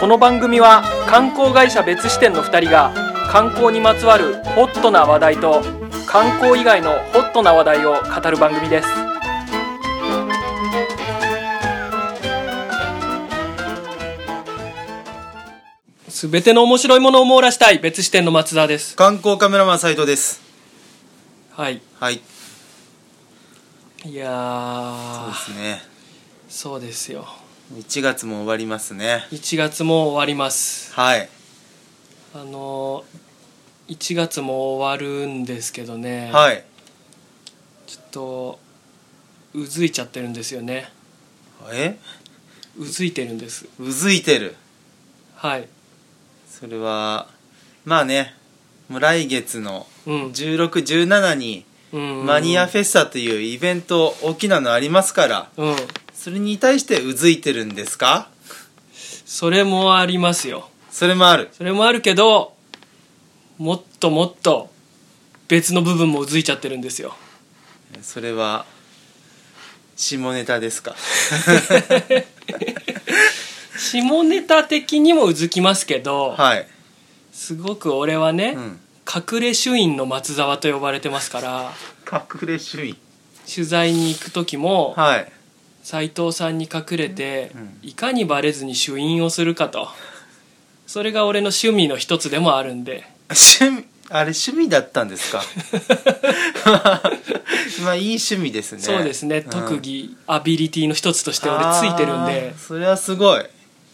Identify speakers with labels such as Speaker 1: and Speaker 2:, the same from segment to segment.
Speaker 1: この番組は観光会社別支店の2人が観光にまつわるホットな話題と観光以外のホットな話題を語る番組ですすべての面白いものを網羅したい別支店の松田です
Speaker 2: 観光カメラマン斉藤です
Speaker 1: はい
Speaker 2: はい
Speaker 1: いや
Speaker 2: そう
Speaker 1: ー
Speaker 2: ですね
Speaker 1: そうですよ
Speaker 2: 1月も終わりますね
Speaker 1: 1月も終わります
Speaker 2: はい
Speaker 1: あのー、1月も終わるんですけどね、
Speaker 2: はい
Speaker 1: ちょっとうずいちゃってるんですよね
Speaker 2: え
Speaker 1: うずいてるんです
Speaker 2: うずいてる
Speaker 1: はい
Speaker 2: それはまあねもう来月の
Speaker 1: うん、
Speaker 2: 1617に
Speaker 1: うん、
Speaker 2: マニアフェスタというイベント大きなのありますから
Speaker 1: うん
Speaker 2: それに対してうずいてるんですか
Speaker 1: それもありますよ
Speaker 2: それもある
Speaker 1: それもあるけどもっともっと別の部分もうずいちゃってるんですよ
Speaker 2: それは下ネタで すか
Speaker 1: 下ネタ的にもうずきますけど、
Speaker 2: はい
Speaker 1: すごく俺はね、
Speaker 2: うん
Speaker 1: 隠れ主員の松沢と呼ばれてますから
Speaker 2: 隠れ主義
Speaker 1: 取材に行く時も、
Speaker 2: はい
Speaker 1: 斉藤さんに隠れて、
Speaker 2: うん
Speaker 1: いかにバレずに主飲をするかとそれが俺の趣味の一つでもあるんで
Speaker 2: 趣味あれ趣味だったん ですか まあいい趣味ですね
Speaker 1: そうですね、
Speaker 2: ん
Speaker 1: 特技アビリティの一つとして俺ついてるんで
Speaker 2: あーそれはすごい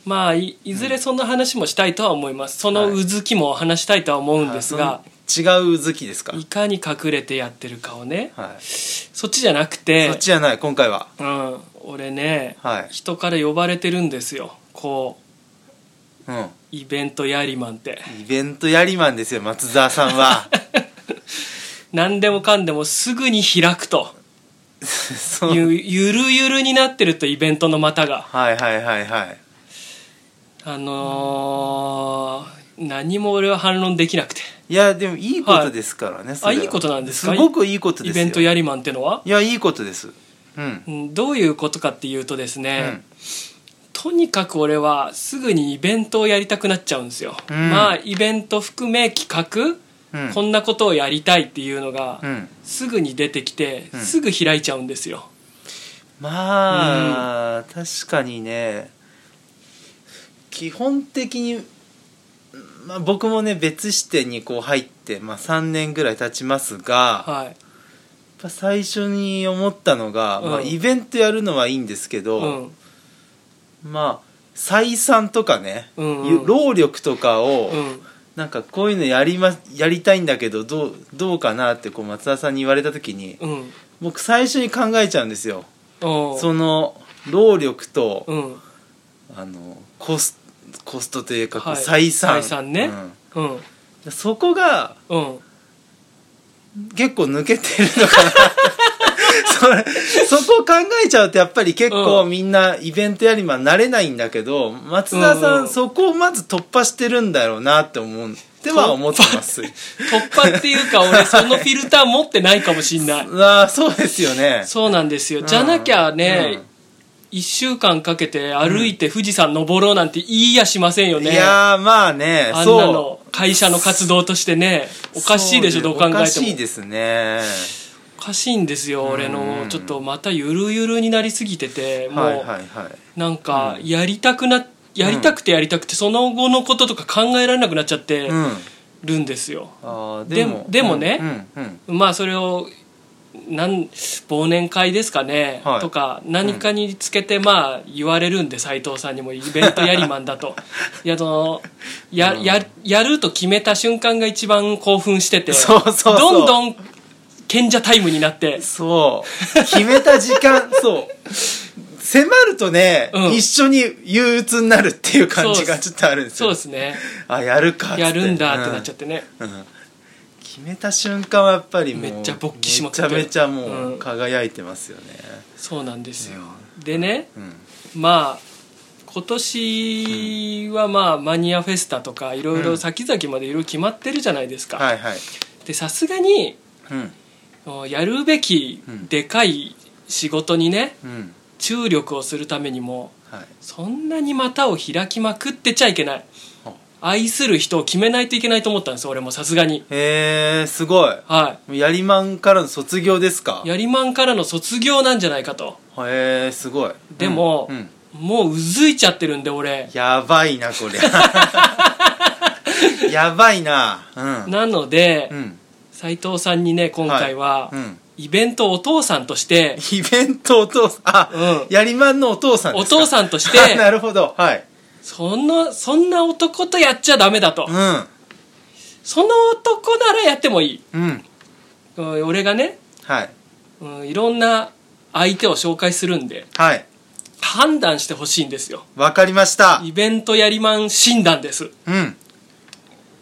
Speaker 1: まあいいずれそんな話もしたいとは思いますその
Speaker 2: はいう
Speaker 1: ずきも話したいとは思うんですが、
Speaker 2: その違う好きですか
Speaker 1: い、かに隠れてやってるかをね
Speaker 2: はい
Speaker 1: そっちじゃなくて
Speaker 2: そっちじゃない今回は
Speaker 1: うん、俺ね、
Speaker 2: はい
Speaker 1: 人から呼ばれてるんですよこう
Speaker 2: うん
Speaker 1: イベントやりマンって
Speaker 2: イベントやりマンですよ松沢さ んは
Speaker 1: 何でもかんでもすぐに開くと。
Speaker 2: そう
Speaker 1: ゆゆるゆるになってるとイベントの股が
Speaker 2: はいはいはいはい
Speaker 1: あのー何も俺は反論できなくて
Speaker 2: いやでもいいことですからね、それはい
Speaker 1: いことなんですか
Speaker 2: すごくいいことで
Speaker 1: イ
Speaker 2: すよ
Speaker 1: ベントやりマンってのはい
Speaker 2: やいいことですうん
Speaker 1: うんどういうことかっていうとです
Speaker 2: う
Speaker 1: ね
Speaker 2: ん、
Speaker 1: とにかく俺はすぐにイベントをやりたくなっちゃうんですよ、
Speaker 2: うん
Speaker 1: まあイベント含め企画、
Speaker 2: うん
Speaker 1: こんなことをやりたいっていうのが、
Speaker 2: うん
Speaker 1: すぐに出てきて
Speaker 2: うん
Speaker 1: すぐ開いちゃうんですよ、
Speaker 2: まあ、確かにね基本的に、まあ、僕もね別支店にこう入って、まあ、3年ぐらい経ちますがやっ
Speaker 1: はい、
Speaker 2: ぱ最初に思ったのが、
Speaker 1: うん
Speaker 2: まあ、イベントやるのはいいんですけ
Speaker 1: う
Speaker 2: ど、
Speaker 1: ん、
Speaker 2: まあ採算とかね、
Speaker 1: うんうん
Speaker 2: 労力とかを、
Speaker 1: うん
Speaker 2: なんかこういうのやり,、ま、やりたいんだけどどうどうかなってこう松田さんに言われた時に
Speaker 1: うん
Speaker 2: 僕最初に考えちゃうんですよ。
Speaker 1: おう
Speaker 2: その労力と、
Speaker 1: うん
Speaker 2: あのコスコストというか、こう
Speaker 1: はい
Speaker 2: 採算
Speaker 1: 採算ねうん
Speaker 2: うんそこが
Speaker 1: うん
Speaker 2: 結構抜けてるのかな それそこを考えちゃうとやっぱり結構
Speaker 1: うん
Speaker 2: みんなイベントやりま慣れないんだけど松田さん、
Speaker 1: うん
Speaker 2: そこをまず突破してるんだろうなって思うっては思ってます
Speaker 1: 突破っていうか俺そのフィルター持ってないかもしん ない
Speaker 2: ああそうですよね
Speaker 1: そうなんですよ
Speaker 2: ん
Speaker 1: じゃなきゃね
Speaker 2: うん
Speaker 1: 1週間かけて歩いて富士山登ろうなんて言いやしませんよね
Speaker 2: いやーまあね
Speaker 1: あんな
Speaker 2: そ
Speaker 1: の会社の活動としてねおかしいでしょ
Speaker 2: そ
Speaker 1: ど
Speaker 2: う
Speaker 1: う考えても
Speaker 2: おかしいですね
Speaker 1: おかしいんですよ俺の
Speaker 2: うん
Speaker 1: ちょっとまたゆるゆるになりすぎててもう、
Speaker 2: はいはいはい
Speaker 1: なんかやりたくなやりたくてやりたくてその後のこととか考えられなくなっちゃって
Speaker 2: うん
Speaker 1: るんですよ、
Speaker 2: あー
Speaker 1: で
Speaker 2: で
Speaker 1: も
Speaker 2: も
Speaker 1: でもね
Speaker 2: うんうん
Speaker 1: まあそれをなん忘年会ですかね、
Speaker 2: はい
Speaker 1: とか何かにつけてまあ言われるんで斉藤さんにもイベントやりマンだ といやそのや,、
Speaker 2: うん
Speaker 1: ややると決めた瞬間が一番興奮してて
Speaker 2: そうそうそう
Speaker 1: どんどん賢者タイムになって
Speaker 2: そう決めた 時間そう迫るとね、
Speaker 1: うん
Speaker 2: 一緒に憂鬱になるっていう感じがちょっとあるんです
Speaker 1: そう
Speaker 2: よ
Speaker 1: ですね
Speaker 2: あやるかっつって
Speaker 1: やるんだってなっちゃってね、
Speaker 2: うんうん決めた瞬間はやっぱりもう
Speaker 1: めっちゃ勃起しまくって
Speaker 2: めちゃめちゃ
Speaker 1: う
Speaker 2: も
Speaker 1: ん
Speaker 2: う輝いてますよね、
Speaker 1: そうなんですよ、でね
Speaker 2: うん
Speaker 1: まあ今年はまあマニアフェスタとかいろいうろ
Speaker 2: ん
Speaker 1: 先々までいろいろ決まってるじゃないですか、
Speaker 2: はいはい、
Speaker 1: でさすがに
Speaker 2: うん
Speaker 1: やるべきでかい仕事にね
Speaker 2: うん、
Speaker 1: 注力をするためにも
Speaker 2: はい
Speaker 1: そんなに股を開きまくってちゃいけない
Speaker 2: は
Speaker 1: 愛する人を決めないといけないと思ったんです俺もさすがに
Speaker 2: へえすごい
Speaker 1: は
Speaker 2: もうやりまんからの卒業ですか
Speaker 1: いやりまんからの卒業なんじゃないかと
Speaker 2: へえすごい
Speaker 1: でも
Speaker 2: うんうん
Speaker 1: もううずいちゃってるんで俺
Speaker 2: やばいなこ れやばいなうん
Speaker 1: なので
Speaker 2: うん
Speaker 1: 斉藤さんにね今回は
Speaker 2: うん
Speaker 1: イベントお父さんとして
Speaker 2: イベントお父さんあ、
Speaker 1: う
Speaker 2: やりまんのお父さんで
Speaker 1: お
Speaker 2: すか
Speaker 1: 父さんとし
Speaker 2: あ な
Speaker 1: て
Speaker 2: るほどはい
Speaker 1: そのそんな男とやっちゃダメだと
Speaker 2: う
Speaker 1: その男ならやってもいい
Speaker 2: んうん
Speaker 1: うん俺がね
Speaker 2: はい
Speaker 1: うんいろんな相手を紹介するんで
Speaker 2: はい
Speaker 1: 判断してほしいんですよ
Speaker 2: わかりました
Speaker 1: イベントやりまん診断です
Speaker 2: うん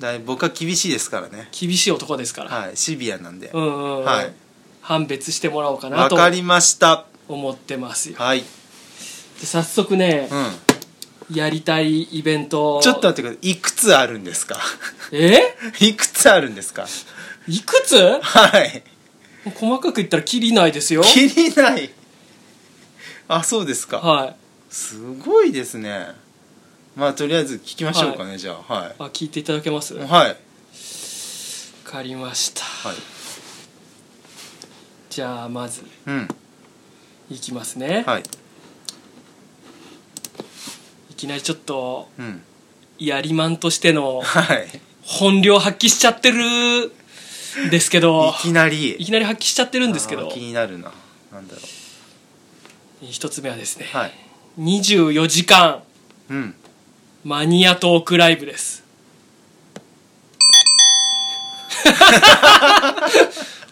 Speaker 2: だい僕は厳しいですからね
Speaker 1: 厳しい男ですから、
Speaker 2: はいシビアなんで
Speaker 1: うんうんうん、
Speaker 2: はい
Speaker 1: 判別してもらおうかな
Speaker 2: わ
Speaker 1: と
Speaker 2: かりました
Speaker 1: 思ってますよ
Speaker 2: はい
Speaker 1: で早速ね
Speaker 2: う、ん
Speaker 1: やりたいイベントを
Speaker 2: ちょっと待ってくださいいくつあるんですか
Speaker 1: え
Speaker 2: いくつあるんですか
Speaker 1: いくつ
Speaker 2: はい
Speaker 1: 細かく言ったらキリないですよ
Speaker 2: 切りないあそうですか
Speaker 1: はい
Speaker 2: すごいですねまあとりあえず聞きましょうかね、じゃあは
Speaker 1: あ聞いていただけます
Speaker 2: い
Speaker 1: わ
Speaker 2: はい
Speaker 1: かりました
Speaker 2: はい
Speaker 1: じゃあまず
Speaker 2: うん
Speaker 1: いきますね、
Speaker 2: はい
Speaker 1: い、きなりちょっと
Speaker 2: うん
Speaker 1: やりまんとしての
Speaker 2: はい
Speaker 1: 本領発揮しちゃってるんですけど
Speaker 2: いきなり
Speaker 1: いきなり発揮しちゃってるんですけ
Speaker 2: あ
Speaker 1: ど
Speaker 2: ー気になるななんだろう
Speaker 1: 一つ目はですね、
Speaker 2: はい
Speaker 1: 24時間
Speaker 2: うん
Speaker 1: マニアトークライブです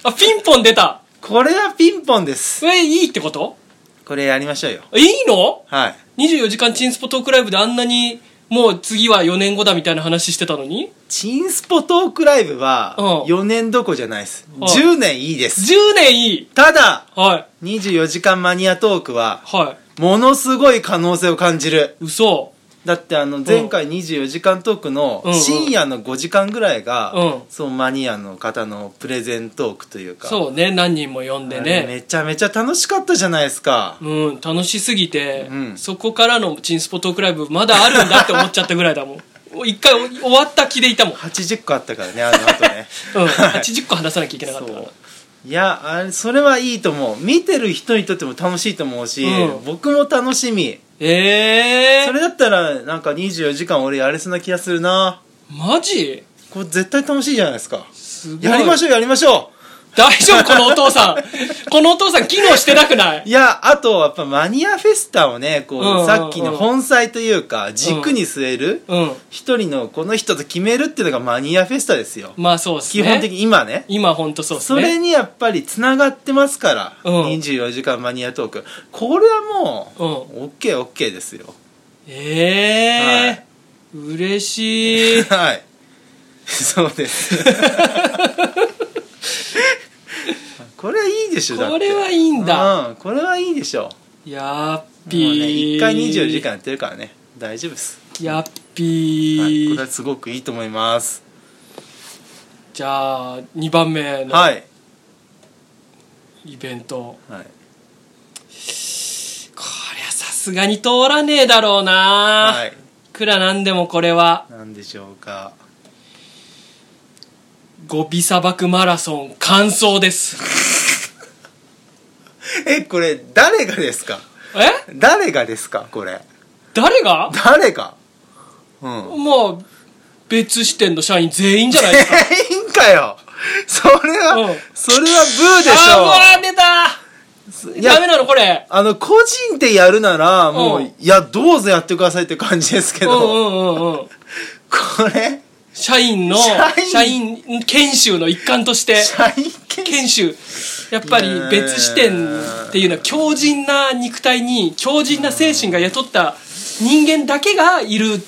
Speaker 1: あピンポン出た
Speaker 2: これはピンポンです
Speaker 1: それいいってこと
Speaker 2: これやりましょうよ
Speaker 1: えいいの
Speaker 2: はい
Speaker 1: 24時間チンスポトークライブであんなにもう次は4年後だみたいな話してたのに
Speaker 2: チンスポトークライブは
Speaker 1: うん
Speaker 2: 4年どこじゃないです
Speaker 1: ん
Speaker 2: 10年いいです
Speaker 1: 10年いい
Speaker 2: ただ
Speaker 1: はい
Speaker 2: 24時間マニアトークは
Speaker 1: は
Speaker 2: ものすごい可能性を感じる
Speaker 1: い嘘
Speaker 2: だってあの前回24時間トークの
Speaker 1: うんうん
Speaker 2: 深夜の5時間ぐらいが、
Speaker 1: うん
Speaker 2: そうマニアの方のプレゼントークというか
Speaker 1: そうね何人も呼んで
Speaker 2: あれ
Speaker 1: ね
Speaker 2: めちゃめちゃ楽しかったじゃないですか、
Speaker 1: うん楽しすぎて、
Speaker 2: うん
Speaker 1: そこからのチンスポトークライブまだあるんだって思っちゃったぐらいだもん もう一回お終わった気でいたもん、 うん、
Speaker 2: 80個あったからねあの後 ね
Speaker 1: 80個話さなきゃいけなかったから
Speaker 2: そういやあれそれはいいと思う見てる人にとっても楽しいと思うし、
Speaker 1: うん
Speaker 2: 僕も楽しみ
Speaker 1: ええ
Speaker 2: それだったらなんか24時間俺やれそうな気がするな
Speaker 1: マジ
Speaker 2: これ絶対楽しいじゃないですか
Speaker 1: すごい
Speaker 2: やりましょうやりましょ
Speaker 1: 大丈夫このお父 さんこのお父さん機能してなくないう
Speaker 2: いやあとやっぱマニアフェスタをねこう、
Speaker 1: うんうんうん
Speaker 2: さっきの本妻というか軸に据える
Speaker 1: うん
Speaker 2: 一人のこの人と決めるっていうのがマニアフェスタですよ、
Speaker 1: まあそうです
Speaker 2: 基
Speaker 1: ね
Speaker 2: 本的に今ね
Speaker 1: 今ほんとそうです
Speaker 2: そ
Speaker 1: ね
Speaker 2: れにやっぱりつながってますから、
Speaker 1: うん
Speaker 2: 24時間マニアトークこれはもう OKOK、OK ですよ
Speaker 1: ええ
Speaker 2: はい
Speaker 1: 嬉 しい
Speaker 2: はいそうです これはいいでしょだって
Speaker 1: これはいいんだ
Speaker 2: うん、これはいいでしょ
Speaker 1: やっ
Speaker 2: う
Speaker 1: ぴー
Speaker 2: もうね1回24時間やってるからね大丈夫です、
Speaker 1: やっぴ
Speaker 2: はい、
Speaker 1: ー、
Speaker 2: これはすごくいいと思います
Speaker 1: じゃあ2番目の
Speaker 2: はい、
Speaker 1: イベント、
Speaker 2: は
Speaker 1: こ
Speaker 2: い、
Speaker 1: りゃさすがに通らねえだろうな、
Speaker 2: はい
Speaker 1: いくらなんでもこれは
Speaker 2: なんでしょうか
Speaker 1: ゴビ砂漠マラソン完走です
Speaker 2: えこれ誰がですか
Speaker 1: え
Speaker 2: 誰がですかこれ
Speaker 1: 誰が
Speaker 2: 誰がうん
Speaker 1: もう別支店の社員全員じゃない ですか
Speaker 2: 全員かよそれは、
Speaker 1: うん
Speaker 2: それはブーで
Speaker 1: あ
Speaker 2: し
Speaker 1: ーもう出
Speaker 2: ょい
Speaker 1: た
Speaker 2: や
Speaker 1: ダメなのこれ
Speaker 2: あの個人でやるならもう、
Speaker 1: うん
Speaker 2: いやどうぞやってくださいって感じですけ
Speaker 1: うん
Speaker 2: ど、
Speaker 1: うんうんうん
Speaker 2: これ
Speaker 1: 社員の
Speaker 2: 社
Speaker 1: 社
Speaker 2: 員
Speaker 1: 員研修の一環として
Speaker 2: 社員研
Speaker 1: 研修やっぱり別支店っていうのは強靭な肉体に強靭な精神が雇った人間だけがいる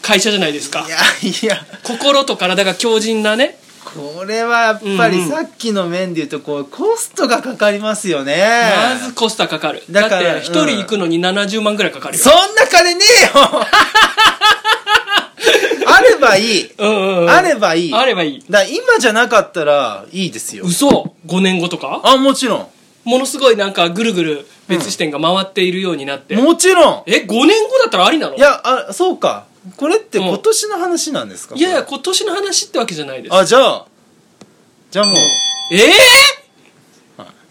Speaker 1: 会社じゃないですか
Speaker 2: 修いやいや
Speaker 1: 心と体が強靭なね
Speaker 2: これはやっぱ
Speaker 1: うん
Speaker 2: り
Speaker 1: うん
Speaker 2: さっきの面で言うとこうコストがかかりますよね
Speaker 1: まずコストかかるだ
Speaker 2: だか
Speaker 1: っ
Speaker 2: ら
Speaker 1: て一人行くのに70万ぐらいかかるよ
Speaker 2: そんな金ねえよ あればいい、
Speaker 1: うんうんうん
Speaker 2: あればいい
Speaker 1: あればいい
Speaker 2: だから今じゃなかったらいいですよ
Speaker 1: 嘘5年後とか
Speaker 2: あもちろん
Speaker 1: ものすごいなんかぐるぐる別視点が回っているようになって、
Speaker 2: もちろん
Speaker 1: え5年後だったらありなの
Speaker 2: いやあそうかこれって今年の話なんですか、
Speaker 1: いやいや
Speaker 2: こ
Speaker 1: 今年の話ってわけじゃないで
Speaker 2: れ
Speaker 1: す
Speaker 2: あじゃあじゃあもう、
Speaker 1: ええ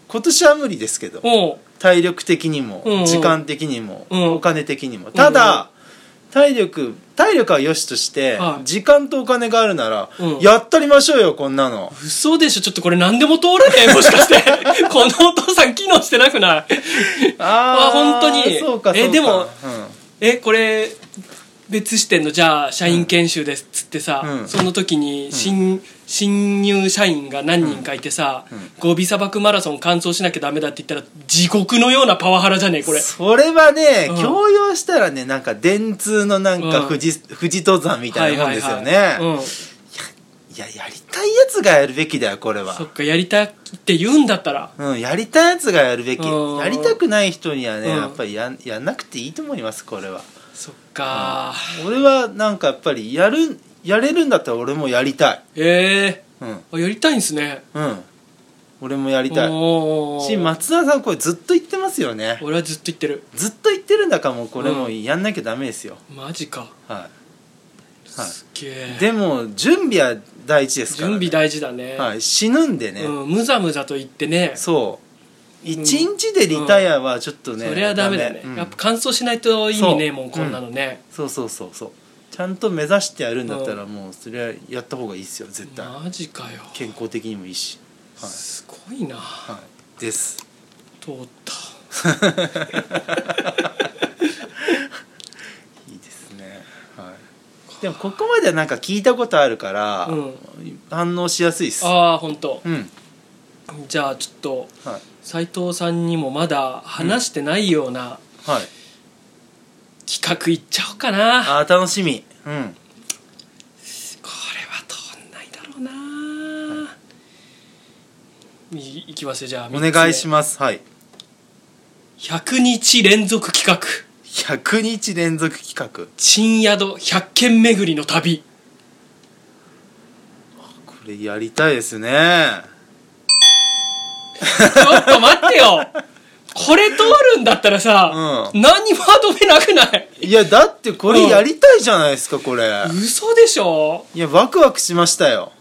Speaker 2: 今年は無理ですけど
Speaker 1: も
Speaker 2: 体力的にも、
Speaker 1: うんうん
Speaker 2: 時間的にも、
Speaker 1: うん
Speaker 2: お金的にもただ、体力体力は良しとして、
Speaker 1: はい
Speaker 2: 時間とお金があるなら、
Speaker 1: うん
Speaker 2: やったりましょうよこんなの
Speaker 1: う嘘でしょちょっとこれ何でも通れ ねえもしかしてこのお父さん機能してなくない
Speaker 2: あ
Speaker 1: あ本当に
Speaker 2: そうかそうか
Speaker 1: えでも
Speaker 2: うん
Speaker 1: えこれ別視点のじゃあ社員研修ですっつってさ、
Speaker 2: うん
Speaker 1: その時に新,、新入社員が何人かいてさ、ゴビ砂漠マラソン完走しなきゃダメだって言ったら地獄のようなパワハラじゃねえこれ
Speaker 2: それはね、
Speaker 1: うん
Speaker 2: 強要したらねなんか電通のなん
Speaker 1: うん
Speaker 2: か富士,、富士登山みたいなもんですよね、
Speaker 1: はいはいはいうん、
Speaker 2: いややりたいやつがやるべきだよこれは
Speaker 1: そっかやりたいって言うんだったら
Speaker 2: うん、やりたいやつがやるべき
Speaker 1: うん
Speaker 2: やりたくない人にはね、
Speaker 1: うん
Speaker 2: やっぱりやんやんなくていいと思いますこれは
Speaker 1: そっか
Speaker 2: 俺はなんかやっぱりやるやれるんだったら俺もやりたい
Speaker 1: え
Speaker 2: うん
Speaker 1: えあやりたいんすね
Speaker 2: うん俺もやりたい
Speaker 1: おー
Speaker 2: し松田さんこれずっと言ってますよね
Speaker 1: 俺はずっと言ってる
Speaker 2: ずっと言ってるんだからもうこれも
Speaker 1: う
Speaker 2: うんやんなきゃダメですよ、
Speaker 1: マジか
Speaker 2: は
Speaker 1: すっげえ
Speaker 2: い、でも準備は第一ですから、
Speaker 1: 準
Speaker 2: ね、
Speaker 1: 備大事だね、
Speaker 2: はい、死ぬんでね、
Speaker 1: うん、むざむざと言ってね
Speaker 2: そう一日でリタイアはちょっとね、
Speaker 1: それはダメだね、
Speaker 2: うん
Speaker 1: やっぱ乾燥しないと意味ねえもん
Speaker 2: そう
Speaker 1: こんなのね、
Speaker 2: そうそうそうそうちゃんと目指してやるんだったらもうそれはやった方がいいですよ絶対
Speaker 1: マジかよ
Speaker 2: 健康的にもいいしはい
Speaker 1: すごいな、
Speaker 2: はいです
Speaker 1: 通った
Speaker 2: いいですねはいでもここまではなんか聞いたことあるから、
Speaker 1: うん
Speaker 2: 反応しやすいっす
Speaker 1: ああ本当。
Speaker 2: うん
Speaker 1: じゃあちょっと
Speaker 2: はい
Speaker 1: 斉藤さんにもまだ話してないような
Speaker 2: はい
Speaker 1: 企画いっちゃおうかな、こ
Speaker 2: あー楽しみうん
Speaker 1: れは通んないだろうな、い、いきますよじゃあ
Speaker 2: お願いしますはい
Speaker 1: す100日連続企画
Speaker 2: 100日連続企画
Speaker 1: 珍宿100軒巡りの旅
Speaker 2: これやりたいですね
Speaker 1: ちょっと待ってよこれ通るんだったらさ、
Speaker 2: う
Speaker 1: 何も歯止めなくない
Speaker 2: いやだってこれやりたいじゃないですかこれ
Speaker 1: 嘘でしょ
Speaker 2: いやワクワクしましたよ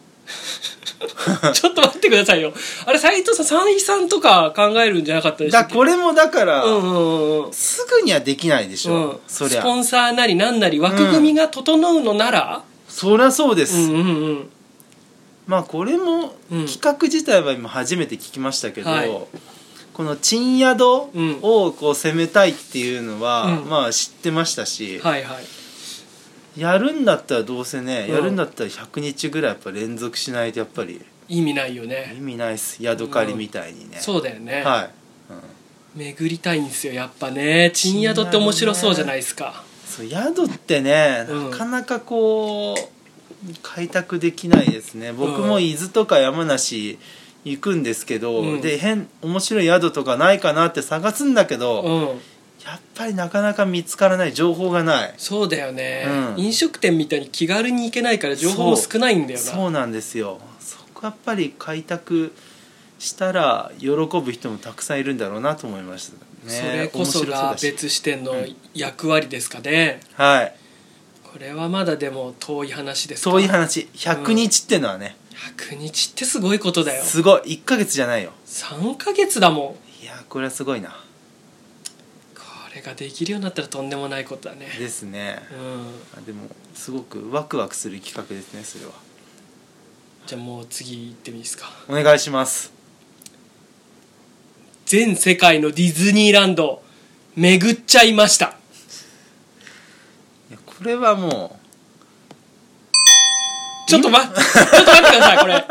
Speaker 1: ちょっと待ってくださいよあれ斎藤さん三井さんとか考えるんじゃなかったでし
Speaker 2: だ
Speaker 1: ょ
Speaker 2: これもだから、
Speaker 1: うんうんうん
Speaker 2: すぐにはできないでし
Speaker 1: う
Speaker 2: ょ、
Speaker 1: ん、
Speaker 2: そり
Speaker 1: ス
Speaker 2: ゃ
Speaker 1: ポンサーなりなんなり枠組みが整うのなら、
Speaker 2: そりゃそうで
Speaker 1: う
Speaker 2: す、
Speaker 1: ん、うんうん
Speaker 2: まあこれも
Speaker 1: うん
Speaker 2: 企画自体は今初めて聞きましたけど、
Speaker 1: はい
Speaker 2: この賃宿
Speaker 1: うん
Speaker 2: をこう攻めたいっていうのは、
Speaker 1: うん
Speaker 2: まあ知ってましたし、
Speaker 1: はいはい
Speaker 2: やるんだったらどうせね、
Speaker 1: うん
Speaker 2: やるんだったら100日ぐらいやっぱ連続しないとやっぱり
Speaker 1: 意味ないよ
Speaker 2: 意
Speaker 1: ね
Speaker 2: 味ないっす宿借りみたいにね、
Speaker 1: そうだよね、
Speaker 2: はい
Speaker 1: 巡りたいんですよやっぱね珍宿って面白そうじゃないですか、
Speaker 2: そう宿ってね、
Speaker 1: うん
Speaker 2: なかなかこう開拓できないですね僕も伊豆とか山梨行くんですけど、
Speaker 1: うん
Speaker 2: で変面白い宿とかないかなって探すんだけど、
Speaker 1: うん
Speaker 2: やっぱりなかなか見つからない情報がない、
Speaker 1: そうだよね、
Speaker 2: うん
Speaker 1: 飲食店みたいに気軽に行けないから情報も少ないんだよな
Speaker 2: そうなんですよそこやっぱり開拓したら喜ぶ人もたくさんいるんだろうなと思いましたね
Speaker 1: それこそ
Speaker 2: 面白う
Speaker 1: が
Speaker 2: だし
Speaker 1: 別視点の役割ですかね、
Speaker 2: はい
Speaker 1: これはまだでも遠い話ですか
Speaker 2: そういう話100日ってのはね、
Speaker 1: 100日ってすごいことだよ
Speaker 2: すごい1ヶ月じゃないよ
Speaker 1: 3ヶ月だもん
Speaker 2: いやこれはすごいな
Speaker 1: これができるようになったらとんでもないことだね
Speaker 2: ですね
Speaker 1: うん
Speaker 2: あでもすごくワクワクする企画ですねそれは
Speaker 1: じゃあもう次行ってもいいですか
Speaker 2: お願いします
Speaker 1: 全世界のディズニーランド巡っちゃいました
Speaker 2: いやこれはも
Speaker 1: ちょっと待っちょっと待ってくださいこれ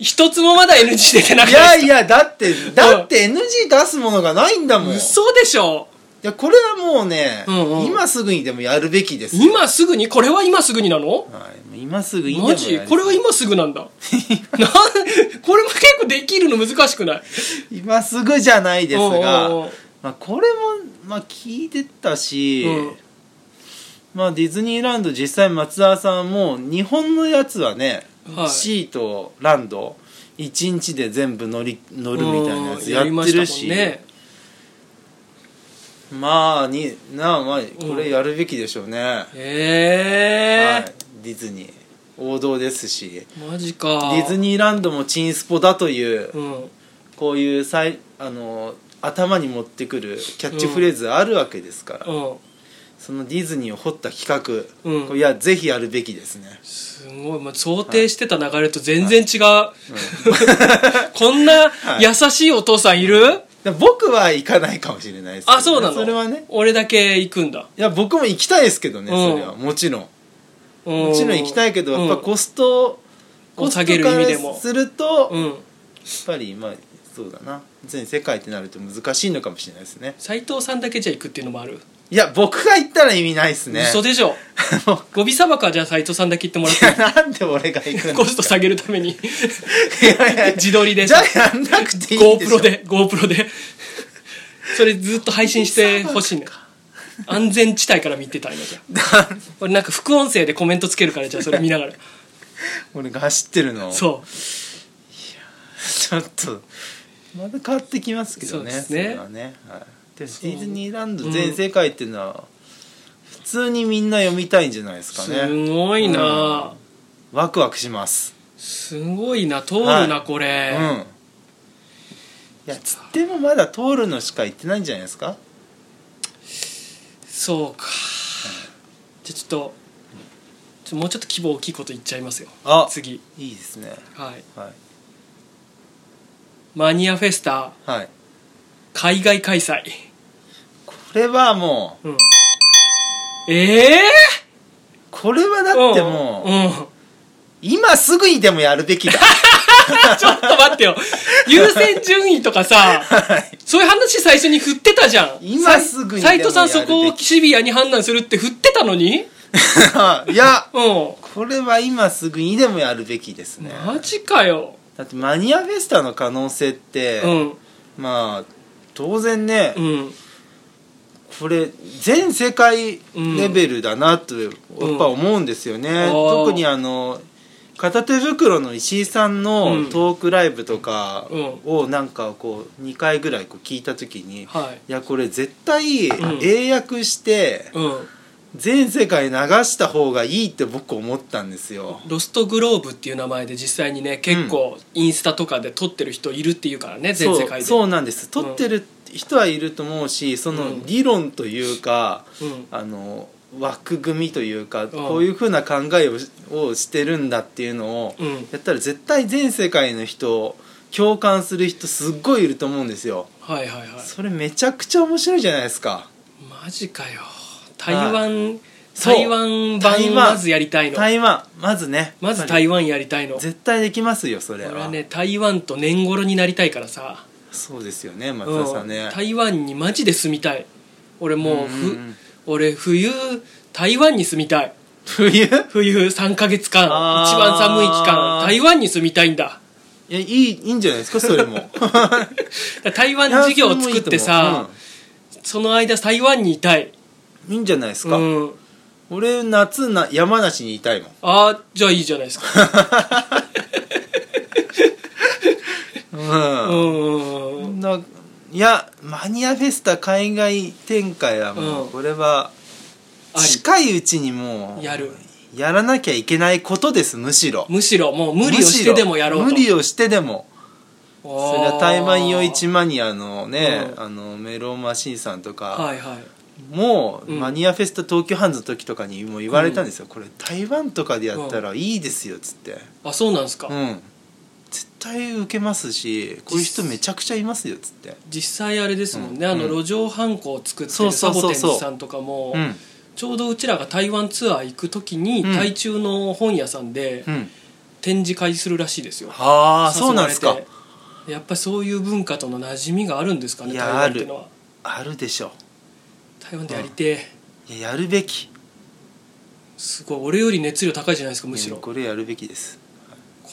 Speaker 1: 一つもまだ NG 出てな
Speaker 2: う
Speaker 1: く
Speaker 2: い
Speaker 1: な
Speaker 2: や
Speaker 1: い
Speaker 2: いやだってだって NG 出すものがないんだもんい
Speaker 1: 嘘でしょ
Speaker 2: やこれはもうね、
Speaker 1: うんうん
Speaker 2: 今すぐにでもやるべきですよ、
Speaker 1: 今すぐにこれは今すぐになの
Speaker 2: はい、もう今すぐにでも
Speaker 1: マ
Speaker 2: やり
Speaker 1: ジこれは今すぐなん だなんこれも結構できるの難しくない
Speaker 2: 今すぐじゃないですが
Speaker 1: おうおうおう
Speaker 2: まあ、これも、まあ、聞いてたし、
Speaker 1: うん
Speaker 2: まあ、ディズニーランド実際松田さんも日本のやつはね、
Speaker 1: はい
Speaker 2: C とランド1日で全部乗り乗るみたいなや
Speaker 1: うん
Speaker 2: つ
Speaker 1: や
Speaker 2: やってるし
Speaker 1: りましたもんね
Speaker 2: まあになあまあこれやるべきでしょうね、は
Speaker 1: え
Speaker 2: い、ディズニー王道ですし
Speaker 1: えマジ
Speaker 2: デ
Speaker 1: か
Speaker 2: ィズニーランドもチンスポだという
Speaker 1: うん
Speaker 2: こういうさいあの頭に持ってくるキャッチフレーズあるわけですから、
Speaker 1: うん
Speaker 2: そのディズニーを掘った企画、
Speaker 1: うん
Speaker 2: これいやぜひやるべきですね
Speaker 1: すごい、まあ、想定してた流れと全然違う、 こんな優しいお父さんいる、
Speaker 2: で僕は行かないかもしれないですけどね
Speaker 1: あそうなの
Speaker 2: それはね
Speaker 1: 俺だけ行くんだ
Speaker 2: いや僕も行きたいですけどね、
Speaker 1: うん
Speaker 2: それはもちろん
Speaker 1: も
Speaker 2: もちろん行きたいけどやっぱコスト、
Speaker 1: うん
Speaker 2: コスト
Speaker 1: 下げる意味でも
Speaker 2: からすると、
Speaker 1: う
Speaker 2: やっ
Speaker 1: ん、うん、
Speaker 2: ぱりまあそうだな全世界ってなると難しいのかもしれないですね
Speaker 1: 斉藤さんだけじゃ行くっていうのもある、
Speaker 2: いや僕が行ったら意味 ないですね
Speaker 1: 嘘でしょゴビ砂漠はじゃあ斉藤さんだけ行ってもらっ
Speaker 2: い
Speaker 1: て
Speaker 2: やなんで俺 が行くん
Speaker 1: コ
Speaker 2: で
Speaker 1: ス
Speaker 2: すか
Speaker 1: ト下げるため に
Speaker 2: いやいや
Speaker 1: 自撮りで
Speaker 2: じゃ
Speaker 1: さ
Speaker 2: あやん なくていいでしょ
Speaker 1: GoPro で GoPro でそれずっと配信してほしいね安全地帯から見てた今じゃ俺なんか副音声でコメントつけるから じゃあそれ見ながら
Speaker 2: 俺が走ってるのう
Speaker 1: そう
Speaker 2: ちょっとまた変わってきますけどね
Speaker 1: そうですね
Speaker 2: れはね、はい、でもデ
Speaker 1: う
Speaker 2: ィズニーランド全世界っていうのは普通にみんな読みたいんじゃないですかね
Speaker 1: すごいな、
Speaker 2: ワクワクします
Speaker 1: すごいな通るな、
Speaker 2: は
Speaker 1: こ
Speaker 2: う
Speaker 1: れ
Speaker 2: ん、いやつってもまだ通るのしか言ってないんじゃないですか
Speaker 1: そうかじゃあちょっとちょもうちょっと規模大きいこと言っちゃいますよ
Speaker 2: あ
Speaker 1: 次
Speaker 2: いいですね
Speaker 1: はい
Speaker 2: はい、
Speaker 1: マニアフェスタ
Speaker 2: はい、
Speaker 1: 海外開催
Speaker 2: これはもう
Speaker 1: うんええ
Speaker 2: これはだっ
Speaker 1: ー、
Speaker 2: てもう、
Speaker 1: うん うん、ちょ
Speaker 2: 今すぐにでもやるべきだ
Speaker 1: っと待ってよ優先順位とかさそういう話最初に振ってたじゃん
Speaker 2: 今すぐに
Speaker 1: さい斉
Speaker 2: で
Speaker 1: 藤
Speaker 2: も
Speaker 1: さん
Speaker 2: やるべ
Speaker 1: そ
Speaker 2: き
Speaker 1: こをシビアに判断するって振ってたのに
Speaker 2: いや
Speaker 1: うん
Speaker 2: これは今すぐにでもやるべきですね
Speaker 1: マジかよ
Speaker 2: だってマニアフェスタの可能性って、
Speaker 1: うん
Speaker 2: まあ当然ね、
Speaker 1: うん
Speaker 2: これ全世界レベルだなとやっぱ思うんですよね、
Speaker 1: んあー
Speaker 2: 特にあの片手袋の石井さん
Speaker 1: う
Speaker 2: の
Speaker 1: ん
Speaker 2: トークライブとか
Speaker 1: うん
Speaker 2: をなんかこう2回ぐらいこう聞いた時に、い
Speaker 1: はい
Speaker 2: やこれ絶対
Speaker 1: ん
Speaker 2: 英訳して
Speaker 1: うん
Speaker 2: 全世界流した方がいいって僕思ったんですよ。
Speaker 1: ロストグローブっていう名前で実際にね結構インスタとかで撮ってる人いるっていうからね全世界で
Speaker 2: そうそうなんです撮ってる人はいると思うしその理論というか、
Speaker 1: うん
Speaker 2: あの枠組みというか、こ
Speaker 1: う
Speaker 2: うんいうふうな考えをしをしてるんだっていうのを、
Speaker 1: うん
Speaker 2: やったら絶対全世界の人共感する人すっごいいると思うんですよ
Speaker 1: はいはいはい
Speaker 2: それめちゃくちゃ面白いじゃないですか
Speaker 1: マジかよ台湾
Speaker 2: そう
Speaker 1: 台湾版
Speaker 2: 台湾
Speaker 1: まずやりたいの
Speaker 2: 台湾まずね
Speaker 1: まず
Speaker 2: やっ
Speaker 1: 台湾やりたいの
Speaker 2: ぱり絶対できますよそれ
Speaker 1: 俺
Speaker 2: は
Speaker 1: はね台湾と年頃になりたいからさ、
Speaker 2: そうですよね
Speaker 1: う
Speaker 2: 松田さん
Speaker 1: ん
Speaker 2: ね、
Speaker 1: 台湾にマジで住みたい俺もう
Speaker 2: うんう
Speaker 1: ふ
Speaker 2: んうん
Speaker 1: 俺冬台湾に住みたい
Speaker 2: 冬い
Speaker 1: 冬3ヶ月間一
Speaker 2: あー
Speaker 1: 番寒い期間台湾に住みたいんだ
Speaker 2: やいいいいんじゃないですかそれも
Speaker 1: だから台湾事業を作って
Speaker 2: いやそれもいいと
Speaker 1: さ
Speaker 2: 思う
Speaker 1: その間台湾にいたい
Speaker 2: いいんじゃないです
Speaker 1: う
Speaker 2: か、
Speaker 1: ん
Speaker 2: 俺夏な山梨にいたいもん
Speaker 1: ああじゃあいいじゃないです か
Speaker 2: うん
Speaker 1: う、んうん
Speaker 2: ないやマニアフェスタ海外展開はも
Speaker 1: う
Speaker 2: うんこれは
Speaker 1: あり
Speaker 2: 近いうちにもう
Speaker 1: やる
Speaker 2: やらなきゃいけないことですむしろ
Speaker 1: むしろもう無理をしてでもやろうと
Speaker 2: むしろ無理をしてでもそれは台湾夜市
Speaker 1: 万
Speaker 2: マニアのね、
Speaker 1: う
Speaker 2: あのメロンマシンさんとか、
Speaker 1: はいはい
Speaker 2: もう、
Speaker 1: うん
Speaker 2: マニアフェスタ東京ハンズの時とかにも言われたんですよ、これ台湾とかでやったらいいですよっつって
Speaker 1: あそうなんですか、
Speaker 2: うん絶対受けますしこういう人めちゃくちゃいますよっつって
Speaker 1: 実際あれですもんね、
Speaker 2: うん
Speaker 1: あの路上犯行を作って
Speaker 2: そう
Speaker 1: るサ
Speaker 2: そうそう
Speaker 1: ボ
Speaker 2: そ
Speaker 1: テ
Speaker 2: う
Speaker 1: ンジさんとかも
Speaker 2: うん
Speaker 1: ちょうどうちらが台湾ツアー行く時に
Speaker 2: うん
Speaker 1: 台中の本屋さんで
Speaker 2: うん
Speaker 1: 展示会するらしいですよ、
Speaker 2: ああ
Speaker 1: 誘
Speaker 2: そうなんです
Speaker 1: わ
Speaker 2: か
Speaker 1: れてやっぱりそういう文化との馴染みがあるんですかね
Speaker 2: い
Speaker 1: 台
Speaker 2: や
Speaker 1: 湾っていうのは
Speaker 2: あるでしょ
Speaker 1: 台湾でやりてえ
Speaker 2: ういややるべき
Speaker 1: すごい俺より熱量高いじゃないですかむしろ
Speaker 2: いや
Speaker 1: こ
Speaker 2: これやるべきです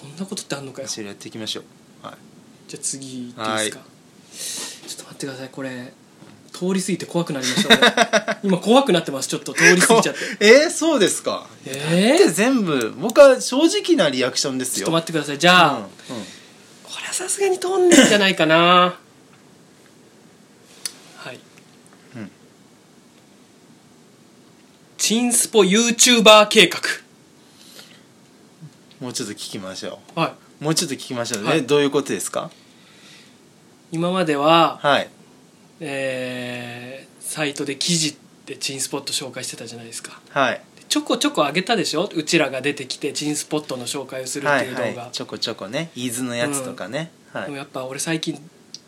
Speaker 1: んなことってあんのかよ
Speaker 2: む
Speaker 1: じ
Speaker 2: しろやっていきましょうは
Speaker 1: ゃあ次いっていいですかちょっと待ってくださいこれ通り過ぎて怖くなりました 俺今怖くなってますちょっと通り過ぎちゃって
Speaker 2: い えー、そうですか
Speaker 1: え
Speaker 2: で
Speaker 1: ー、
Speaker 2: 全部僕は正直なリアクションです
Speaker 1: ちょっ
Speaker 2: よ
Speaker 1: と待ってくださいじゃあ、
Speaker 2: うんうん
Speaker 1: さすがに通んねえんじゃないか なはい、
Speaker 2: うん
Speaker 1: チンスポ YouTuber 計画
Speaker 2: もうちょっと聞きましょ
Speaker 1: は
Speaker 2: うもうちょっと聞きましょうね、
Speaker 1: はい
Speaker 2: どういうことですか
Speaker 1: い今までは、
Speaker 2: はい
Speaker 1: えーサイトで記事でチンスポット紹介してたじゃないですか
Speaker 2: はい
Speaker 1: ちょこちょこ上げたでしょうちらが出てきてチンスポットの紹介をするっ
Speaker 2: は
Speaker 1: てい
Speaker 2: いう
Speaker 1: 動画、
Speaker 2: はいちょこちょこね伊豆のやつとかね、は
Speaker 1: でも
Speaker 2: い
Speaker 1: やっぱ俺最近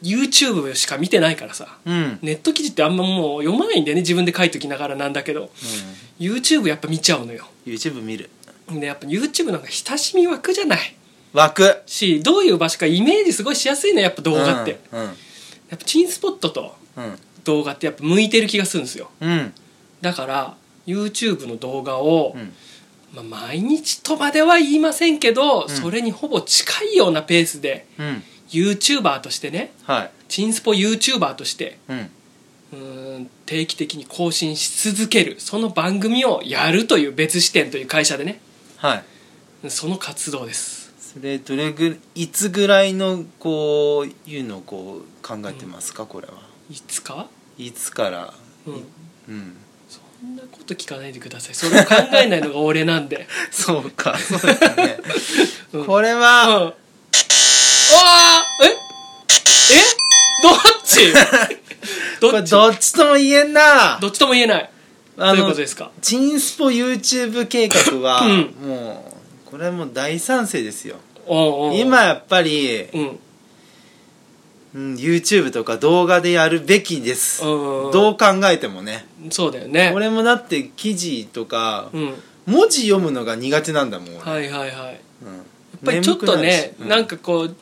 Speaker 1: YouTube しか見てないからさ
Speaker 2: うん、うん、
Speaker 1: ネット記事ってあんまもう読まないんだよね自分で書いときながらなんだけど YouTube やっぱ見ちゃうのよ
Speaker 2: YouTube 見る
Speaker 1: でやっぱ YouTube なんか親しみ枠じゃない
Speaker 2: 枠
Speaker 1: しどういう場所かイメージすごいしやすいねやっぱ動画って、や
Speaker 2: うんうん
Speaker 1: っぱチンスポットと
Speaker 2: うん
Speaker 1: 動画ってやっぱ向いてる気がするんですよ
Speaker 2: うん
Speaker 1: だから YouTube の動画を、
Speaker 2: うん
Speaker 1: まあ、毎日とまでは言いませんけど、それにほぼ近いようなペースで
Speaker 2: うん
Speaker 1: YouTuber としてね
Speaker 2: はい
Speaker 1: チンスポ YouTuber として
Speaker 2: うん
Speaker 1: うーん定期的に更新し続けるその番組をやるという別視点という会社でね
Speaker 2: はい
Speaker 1: その活動です
Speaker 2: それどれぐいつぐらいのこういうのをこう考えてますか、これはい
Speaker 1: つか、
Speaker 2: いつから
Speaker 1: うん、
Speaker 2: うん
Speaker 1: そんなこと聞かないでくださいそれを考えないのが俺なん で
Speaker 2: そうかそうですね、
Speaker 1: うん
Speaker 2: これ
Speaker 1: うん
Speaker 2: は、
Speaker 1: うわーええどっ ち
Speaker 2: こ
Speaker 1: ど
Speaker 2: れ
Speaker 1: っち
Speaker 2: どっちとも言えんな
Speaker 1: どっちとも言えない
Speaker 2: あ
Speaker 1: どういう
Speaker 2: の
Speaker 1: ことですか
Speaker 2: チンスポ YouTube 計画は、
Speaker 1: うん
Speaker 2: もうこれはもう大賛成ですよ
Speaker 1: おうおう
Speaker 2: 今やっぱり、
Speaker 1: うん
Speaker 2: うん、YouTube とか動画でやるべきです
Speaker 1: うん
Speaker 2: どう考えてもね
Speaker 1: そうだよね
Speaker 2: 俺もだって記事とか、
Speaker 1: うん
Speaker 2: 文字読むのが苦手なんだもん俺、
Speaker 1: はいはいはい
Speaker 2: うんやっ
Speaker 1: やっぱりちょっとね、なんかこう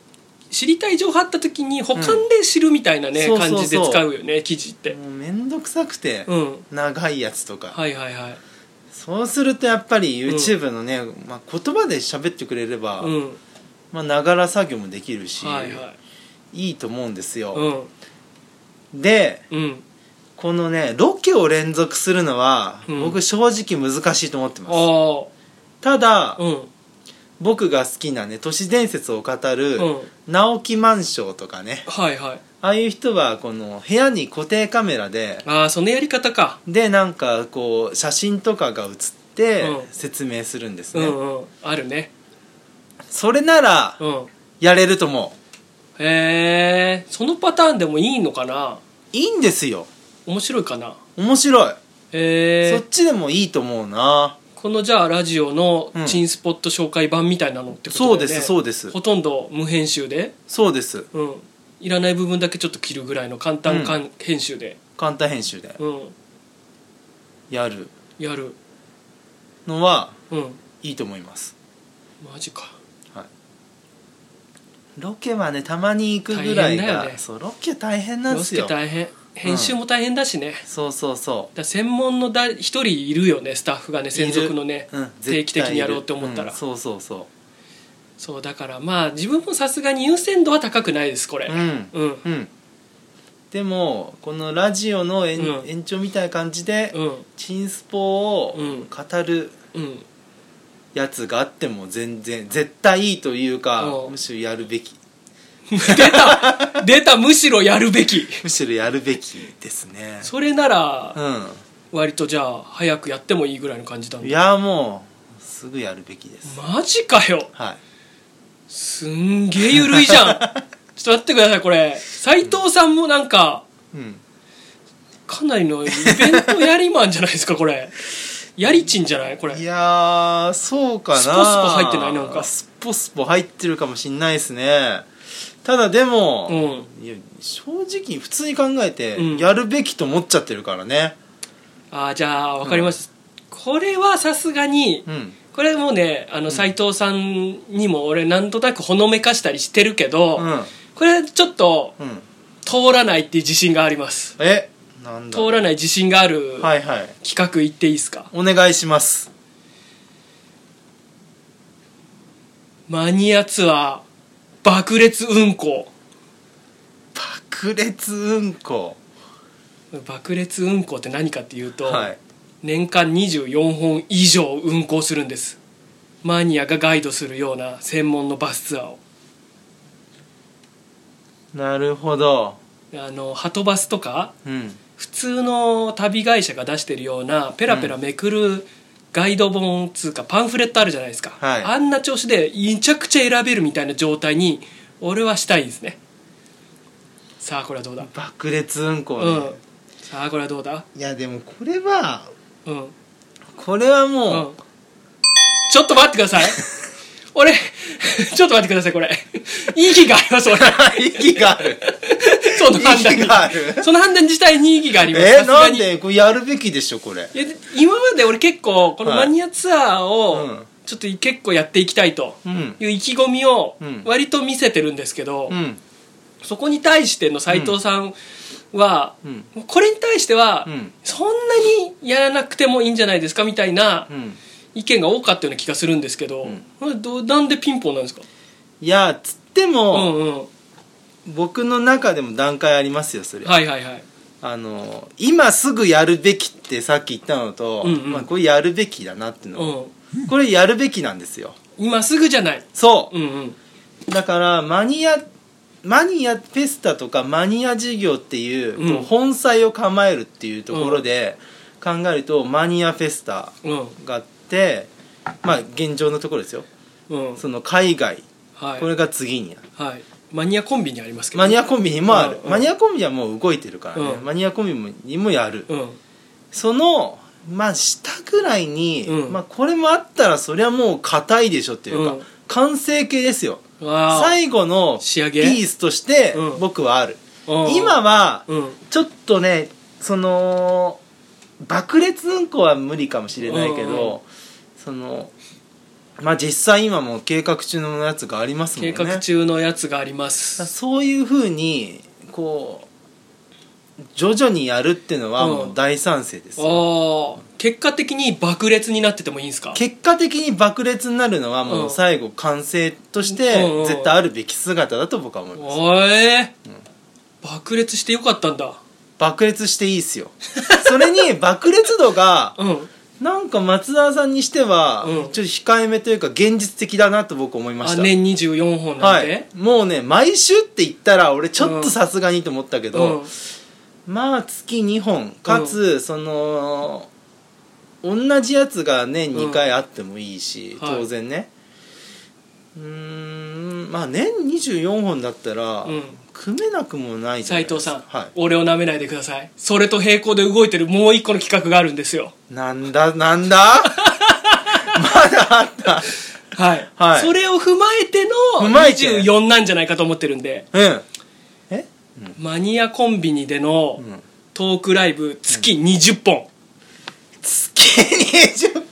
Speaker 1: 知りたい情報あった時に補完で知るみたいなね、
Speaker 2: うん
Speaker 1: 感じで
Speaker 2: そうそうそう
Speaker 1: 使うよね記事って
Speaker 2: もうめんどくさくて、
Speaker 1: うん
Speaker 2: 長いやつとか、
Speaker 1: はいはいはい
Speaker 2: そうするとやっぱり YouTube のね、まあ、言葉で喋ってくれれば、
Speaker 1: うん
Speaker 2: まあ、ながら作業もできるし、
Speaker 1: はいはい
Speaker 2: い、いと思うんです
Speaker 1: う
Speaker 2: よ、
Speaker 1: ん
Speaker 2: で
Speaker 1: うん
Speaker 2: このねロケを連続するのは、
Speaker 1: うん
Speaker 2: 僕正直難しいと思って
Speaker 1: あ
Speaker 2: ます
Speaker 1: あ
Speaker 2: ただ、
Speaker 1: うん
Speaker 2: 僕が好きなね都市伝説を語る、
Speaker 1: うん
Speaker 2: 直木マンションとかね
Speaker 1: はいはい
Speaker 2: ああいう人はこの部屋に固定カメラで
Speaker 1: ああそのやり方か、
Speaker 2: でなんかこう写真とかが写って
Speaker 1: うん
Speaker 2: 説明するんですね、
Speaker 1: うんうんあるね
Speaker 2: それなら
Speaker 1: うん
Speaker 2: やれると思
Speaker 1: へえそのパターンでもいいのかな
Speaker 2: ういいんですよ
Speaker 1: 面白いかな
Speaker 2: 面白い、
Speaker 1: へ
Speaker 2: そっ
Speaker 1: え
Speaker 2: ちでもいいと思うな
Speaker 1: このじゃあラジオの
Speaker 2: うん
Speaker 1: チンスポット紹介版みたいなのってことだ
Speaker 2: そ
Speaker 1: よ
Speaker 2: う
Speaker 1: ね
Speaker 2: ですそうです
Speaker 1: ほとんど無編集で
Speaker 2: そうです
Speaker 1: うん、いらない部分だけちょっと切るぐらいの簡単かん、編集で、
Speaker 2: 簡単編集で
Speaker 1: うん、
Speaker 2: やる
Speaker 1: やる、
Speaker 2: のは
Speaker 1: うん、
Speaker 2: いいと思います、
Speaker 1: マジか
Speaker 2: はい、ロケはねたまに行くぐらい
Speaker 1: 大変だ
Speaker 2: が、
Speaker 1: よね
Speaker 2: そうロケ大変なん
Speaker 1: 洋
Speaker 2: です
Speaker 1: 介
Speaker 2: よ
Speaker 1: 大変編集も大変だしね、だか
Speaker 2: そうそうそ
Speaker 1: ら専門のだ一人いるよねスタッフがね
Speaker 2: う
Speaker 1: 専属のね
Speaker 2: い、るうん
Speaker 1: 定期的にやろうって思った
Speaker 2: 絶対い
Speaker 1: ら、
Speaker 2: るうんそうそうそ
Speaker 1: そうだからまあ自分もさすがに優先度は高くないですこれ
Speaker 2: ううん
Speaker 1: うんうん、
Speaker 2: うんでもこのラジオの延,、
Speaker 1: うん
Speaker 2: 延長みたいな感じで、
Speaker 1: うん
Speaker 2: チンスポを
Speaker 1: うん
Speaker 2: 語るやつがあっても全然絶対いいというか、
Speaker 1: うん
Speaker 2: むしろやるべき
Speaker 1: 出た出たむしろやるべき
Speaker 2: むしろやるべきですね
Speaker 1: それなら
Speaker 2: う
Speaker 1: 割とじゃあ早くやってもいいぐらいの感じなん
Speaker 2: んい
Speaker 1: だ
Speaker 2: やもうすぐやるべきです、
Speaker 1: マジかよ
Speaker 2: はい
Speaker 1: すんげえゆるいじゃん ちょっと待ってくださいこれ斎藤さんもなんか
Speaker 2: うん
Speaker 1: かなりのイベントやりマンじゃないですかこれやりちんじゃないこれ
Speaker 2: いやーそうかな
Speaker 1: スポスポ入ってないなんか
Speaker 2: スポスポ入ってるかもしんないですねただでも、
Speaker 1: うん
Speaker 2: いや正直普通に考えて
Speaker 1: うん
Speaker 2: やるべきと思っちゃってるからね
Speaker 1: ああじゃあわかりました、これはさすがに
Speaker 2: うん
Speaker 1: これもうねあの斎藤さんにも俺なんとなくほのめかしたりしてるけど、
Speaker 2: うん
Speaker 1: これちょっと
Speaker 2: うん
Speaker 1: 通らないっていう自信があります
Speaker 2: えなんだ
Speaker 1: 通らない自信がある
Speaker 2: はいはい
Speaker 1: 企画言っていいですか
Speaker 2: お願いします
Speaker 1: マニアツアー爆裂運行
Speaker 2: 爆裂うんこ
Speaker 1: 爆裂運行って何かっていうと、
Speaker 2: はい
Speaker 1: 年間24本以上運行するんですマニアがガイドするような専門のバスツアーを
Speaker 2: なるほど
Speaker 1: あのはとバスとか
Speaker 2: うん
Speaker 1: 普通の旅会社が出してるようなペラペラめくるガイド本つうかパンフレットあるじゃないですか、
Speaker 2: はい
Speaker 1: あんな調子でめちゃくちゃ選べるみたいな状態に俺はしたいですねさあこれはどうだ、
Speaker 2: 爆裂うんこね、
Speaker 1: うんさあこれはどうだ
Speaker 2: いやでもこれは
Speaker 1: うん、うん、
Speaker 2: これはも う、
Speaker 1: ちょっと待ってくださ い俺ちょっと待ってくださいこれ意義があります 俺
Speaker 2: 息が ある
Speaker 1: その判断
Speaker 2: 意義がある
Speaker 1: にその判断自体に意義があります
Speaker 2: え
Speaker 1: さす
Speaker 2: な
Speaker 1: が
Speaker 2: ん
Speaker 1: に
Speaker 2: でこれやるべきでしょこれ
Speaker 1: いやで今まで俺結構このマニアツアー
Speaker 2: はいうん
Speaker 1: をちょっと結構やっていきたいと
Speaker 2: うん
Speaker 1: いう意気込みを
Speaker 2: うん
Speaker 1: 割と見せてるんですけど、
Speaker 2: うん
Speaker 1: そこに対しての斎藤さんは、
Speaker 2: うん
Speaker 1: もうこれに対しては、
Speaker 2: うん
Speaker 1: そんなにやらなくてもいいんじゃないですかみたいな
Speaker 2: うん
Speaker 1: 意見が多かったような気がするんですけど、
Speaker 2: うん
Speaker 1: これどうなんでピンポンなんですか、
Speaker 2: いやつって
Speaker 1: う
Speaker 2: も、
Speaker 1: んうん、
Speaker 2: 僕の中でも段階ありますよそれ、
Speaker 1: はいはいはい
Speaker 2: あの今すぐやるべきってさっき言ったのと、
Speaker 1: うんうん
Speaker 2: まあ、これやるべきだなっていう
Speaker 1: う
Speaker 2: の、
Speaker 1: ん、
Speaker 2: これやるべきなんですよ
Speaker 1: 今すぐじゃない、
Speaker 2: そう
Speaker 1: うんうん、
Speaker 2: だからマニアマニアフェスタとかマニア事業っていう、
Speaker 1: うん
Speaker 2: こう本祭を構えるっていうところで考えると、マニアフェスタ
Speaker 1: うん
Speaker 2: があってまあ現状のところですよ
Speaker 1: うん
Speaker 2: その海外
Speaker 1: はい
Speaker 2: これが次にある
Speaker 1: はい、マニアコンビにありますけど
Speaker 2: マニアコンビニもある、
Speaker 1: うんうん
Speaker 2: マニアコンビニはもう動いてるからね、
Speaker 1: うん
Speaker 2: マニアコンビニにもやる、
Speaker 1: うん
Speaker 2: そのまあ下ぐらいに、
Speaker 1: うん
Speaker 2: まあ、これもあったらそりゃもう硬いでしょっていうか、
Speaker 1: うん
Speaker 2: 完成形ですよ
Speaker 1: わあ
Speaker 2: 最後の
Speaker 1: 仕上げ
Speaker 2: ピースとして
Speaker 1: うん
Speaker 2: 僕はある、
Speaker 1: うん
Speaker 2: 今は
Speaker 1: うん
Speaker 2: ちょっとねその爆裂うんこは無理かもしれないけ
Speaker 1: う
Speaker 2: ど、
Speaker 1: んう
Speaker 2: そのまあ実際今も計画中のやつがありますもん
Speaker 1: 計
Speaker 2: ね
Speaker 1: 画中のやつがありま
Speaker 2: だから
Speaker 1: す
Speaker 2: そういうふうにこう徐々にやるっていうのはもう大賛成です
Speaker 1: あ
Speaker 2: よ、
Speaker 1: ー結果的に爆裂になっててもいいんですか
Speaker 2: 結果的に爆裂になるのはもう最後完成として
Speaker 1: うん
Speaker 2: 絶対あるべき姿だと僕は思います
Speaker 1: おえ爆裂してよかったんだ
Speaker 2: 爆裂していいっすよそれに爆裂度が
Speaker 1: うん
Speaker 2: なんか松田さんにしては
Speaker 1: うん
Speaker 2: ちょっと控えめというか現実的だなと僕思いま
Speaker 1: あ
Speaker 2: した
Speaker 1: 年24本な
Speaker 2: は
Speaker 1: んで
Speaker 2: い、もうね毎週って言ったら俺ちょっとさすがにと思ったけ
Speaker 1: う
Speaker 2: ど、
Speaker 1: ん
Speaker 2: まあ月2本かつその同じやつが年2回あってもいいし、
Speaker 1: うんはい
Speaker 2: 当然ね、うーんまあ年24本だったら
Speaker 1: うん
Speaker 2: 組めなくもないじゃ
Speaker 1: 斉
Speaker 2: ないで
Speaker 1: 藤
Speaker 2: すか
Speaker 1: さん、
Speaker 2: は
Speaker 1: 俺を舐めないでくださいそれと並行で動いてるもう一個の企画があるんですよ
Speaker 2: い、なんだなんだまだあった
Speaker 1: はい、
Speaker 2: はい
Speaker 1: それを踏まえての
Speaker 2: 踏まえて
Speaker 1: 24なんじゃないかと思ってるんで
Speaker 2: うんえ
Speaker 1: マニアコンビニでのトークライブ月20本、
Speaker 2: 月20本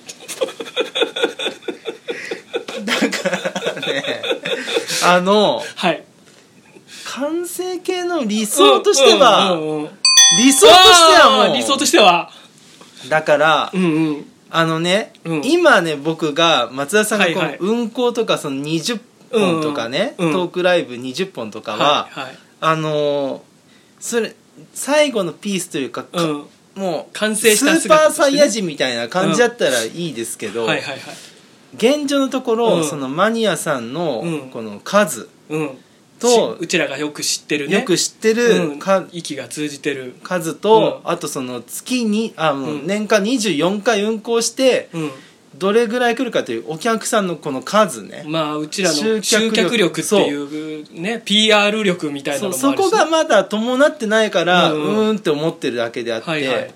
Speaker 2: だからねあの
Speaker 1: はい
Speaker 2: 完成形の理想としては、
Speaker 1: うんうんうんうん
Speaker 2: 理想としては
Speaker 1: あ
Speaker 2: も
Speaker 1: ー
Speaker 2: う
Speaker 1: 理想としては
Speaker 2: だから、
Speaker 1: うんうん
Speaker 2: あのね、
Speaker 1: うん
Speaker 2: 今ね僕が松田さんがこ
Speaker 1: はいはいう
Speaker 2: 運行とかその20本とかね、
Speaker 1: うんうん
Speaker 2: トークライブ20本とかは、
Speaker 1: はいはい
Speaker 2: あのーそれ最後のピースというか、か
Speaker 1: うん
Speaker 2: もう
Speaker 1: 完成した
Speaker 2: スーパ
Speaker 1: 姿
Speaker 2: ー
Speaker 1: としてね
Speaker 2: サイヤ人みたいな感じだったらいいですけど、
Speaker 1: はいはいはい
Speaker 2: 現状のところ、
Speaker 1: うん
Speaker 2: そのマニアさんの
Speaker 1: うん
Speaker 2: この数、
Speaker 1: うん
Speaker 2: と
Speaker 1: しうちらがよく知ってるね
Speaker 2: よく知って
Speaker 1: う
Speaker 2: る
Speaker 1: ん
Speaker 2: か、
Speaker 1: 息が通じてる
Speaker 2: 数と、
Speaker 1: う
Speaker 2: あとその月にあもううん年間24回運行して
Speaker 1: うん
Speaker 2: どれぐらい来るかというお客さんのこの数ね、
Speaker 1: まあうちらの
Speaker 2: 集
Speaker 1: 集
Speaker 2: 客力
Speaker 1: 客力っていうね PR 力みたいな
Speaker 2: そ
Speaker 1: の
Speaker 2: う
Speaker 1: もあるし
Speaker 2: そこがまだ伴ってないから、う
Speaker 1: うんんうん
Speaker 2: ーんって思ってるだけであって、
Speaker 1: はいはい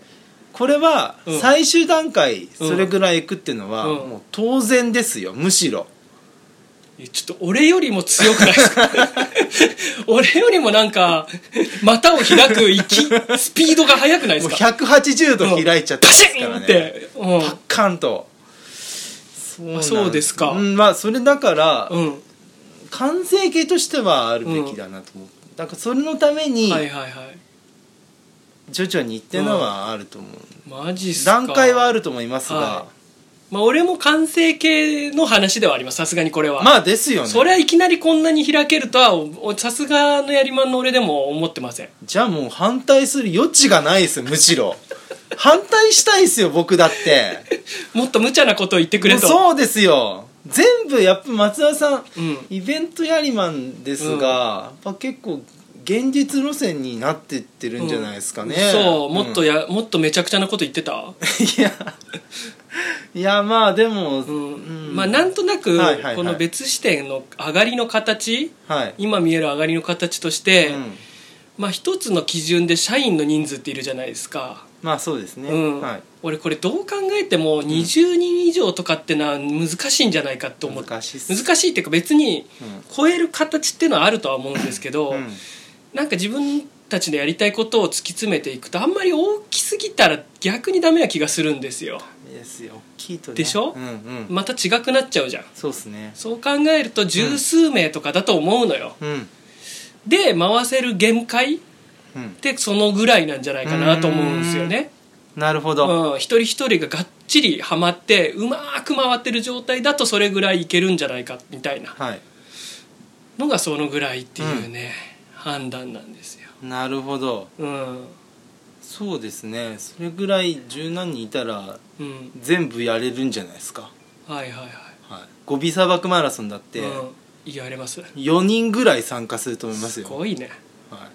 Speaker 2: これは
Speaker 1: うん
Speaker 2: 最終段階それぐらいいくっていうのは、
Speaker 1: うん
Speaker 2: もう当然ですよむしろ
Speaker 1: えちょっと俺よりも強くないですか俺よりもなんか股を開く息スピードが速くないで
Speaker 2: も
Speaker 1: す
Speaker 2: う
Speaker 1: か
Speaker 2: 180度開いちゃって
Speaker 1: パ
Speaker 2: ま
Speaker 1: シ
Speaker 2: すか
Speaker 1: ー
Speaker 2: ら
Speaker 1: ンっ
Speaker 2: ね、
Speaker 1: て、うん
Speaker 2: パッカンとそなん
Speaker 1: そうですか
Speaker 2: うんまあそれだから、
Speaker 1: うん
Speaker 2: 完成形としてはあるべきだなと思う、だからそれのために、
Speaker 1: はいはいはい
Speaker 2: 徐々にってのはあると思う、
Speaker 1: マジっすか
Speaker 2: 段階はあると思いますが、
Speaker 1: はまあ俺も完成形の話ではありますさすがにこれは、
Speaker 2: まあですよね
Speaker 1: それはいきなりこんなに開けるとはおおさすがのやりまんの俺でも思ってません
Speaker 2: じゃあもう反対する余地がないですよむしろ反対したいですよ僕だって
Speaker 1: もっと無茶なことを言ってくれ
Speaker 2: もう
Speaker 1: と
Speaker 2: そうですよ全部やっぱ松田さ
Speaker 1: う
Speaker 2: ん、
Speaker 1: ん
Speaker 2: イベントやりマンですが、やっぱ結構現実路線になってってるんじゃないですかね、
Speaker 1: そうもっと
Speaker 2: い
Speaker 1: や、もっとめちゃくちゃなこと言ってた、
Speaker 2: やいやまあでも、
Speaker 1: うんまあなんとなく、
Speaker 2: はいはいはい
Speaker 1: この別視点の上がりの形
Speaker 2: はい、
Speaker 1: 今見える上がりの形として、
Speaker 2: うん
Speaker 1: まあ一つの基準で社員の人数っているじゃないですか、
Speaker 2: まあそうですね、
Speaker 1: うん
Speaker 2: はい
Speaker 1: 俺これどう考えても20人以上とかってのは難しいんじゃないかと思って
Speaker 2: 難しいっす
Speaker 1: 難しいっていうか別に
Speaker 2: うん
Speaker 1: 超える形っていうのはあるとは思うんですけど、
Speaker 2: うん
Speaker 1: なんか自分たちのやりたいことを突き詰めていくとあんまり大きすぎたら逆にダメな気がするんですよ
Speaker 2: ですよ大きいと、ね、
Speaker 1: でしょ
Speaker 2: うんうん、
Speaker 1: また違くなっちゃうじゃん
Speaker 2: そうですね
Speaker 1: そう考えると十数名とかだと思うのよ、
Speaker 2: うん
Speaker 1: で回せる限界っ
Speaker 2: うん
Speaker 1: てそのぐらいなんじゃないかなと思うんですよね
Speaker 2: なるほ
Speaker 1: う
Speaker 2: ど、
Speaker 1: ん、一人一人ががっちりハマってうまーく回ってる状態だとそれぐらいいけるんじゃないかみたいな
Speaker 2: はい
Speaker 1: のがそのぐらいっていうね、判断なんですよ、
Speaker 2: なるほど
Speaker 1: うん
Speaker 2: そうですねそれぐらい十何人いたら
Speaker 1: うん、
Speaker 2: 全部やれるんじゃないですか、
Speaker 1: はいはいはい
Speaker 2: はい、ゴビ砂漠マラソンだって
Speaker 1: うん、言われます
Speaker 2: 4人ぐらい参加すると思います
Speaker 1: す
Speaker 2: よ、
Speaker 1: ごいね
Speaker 2: は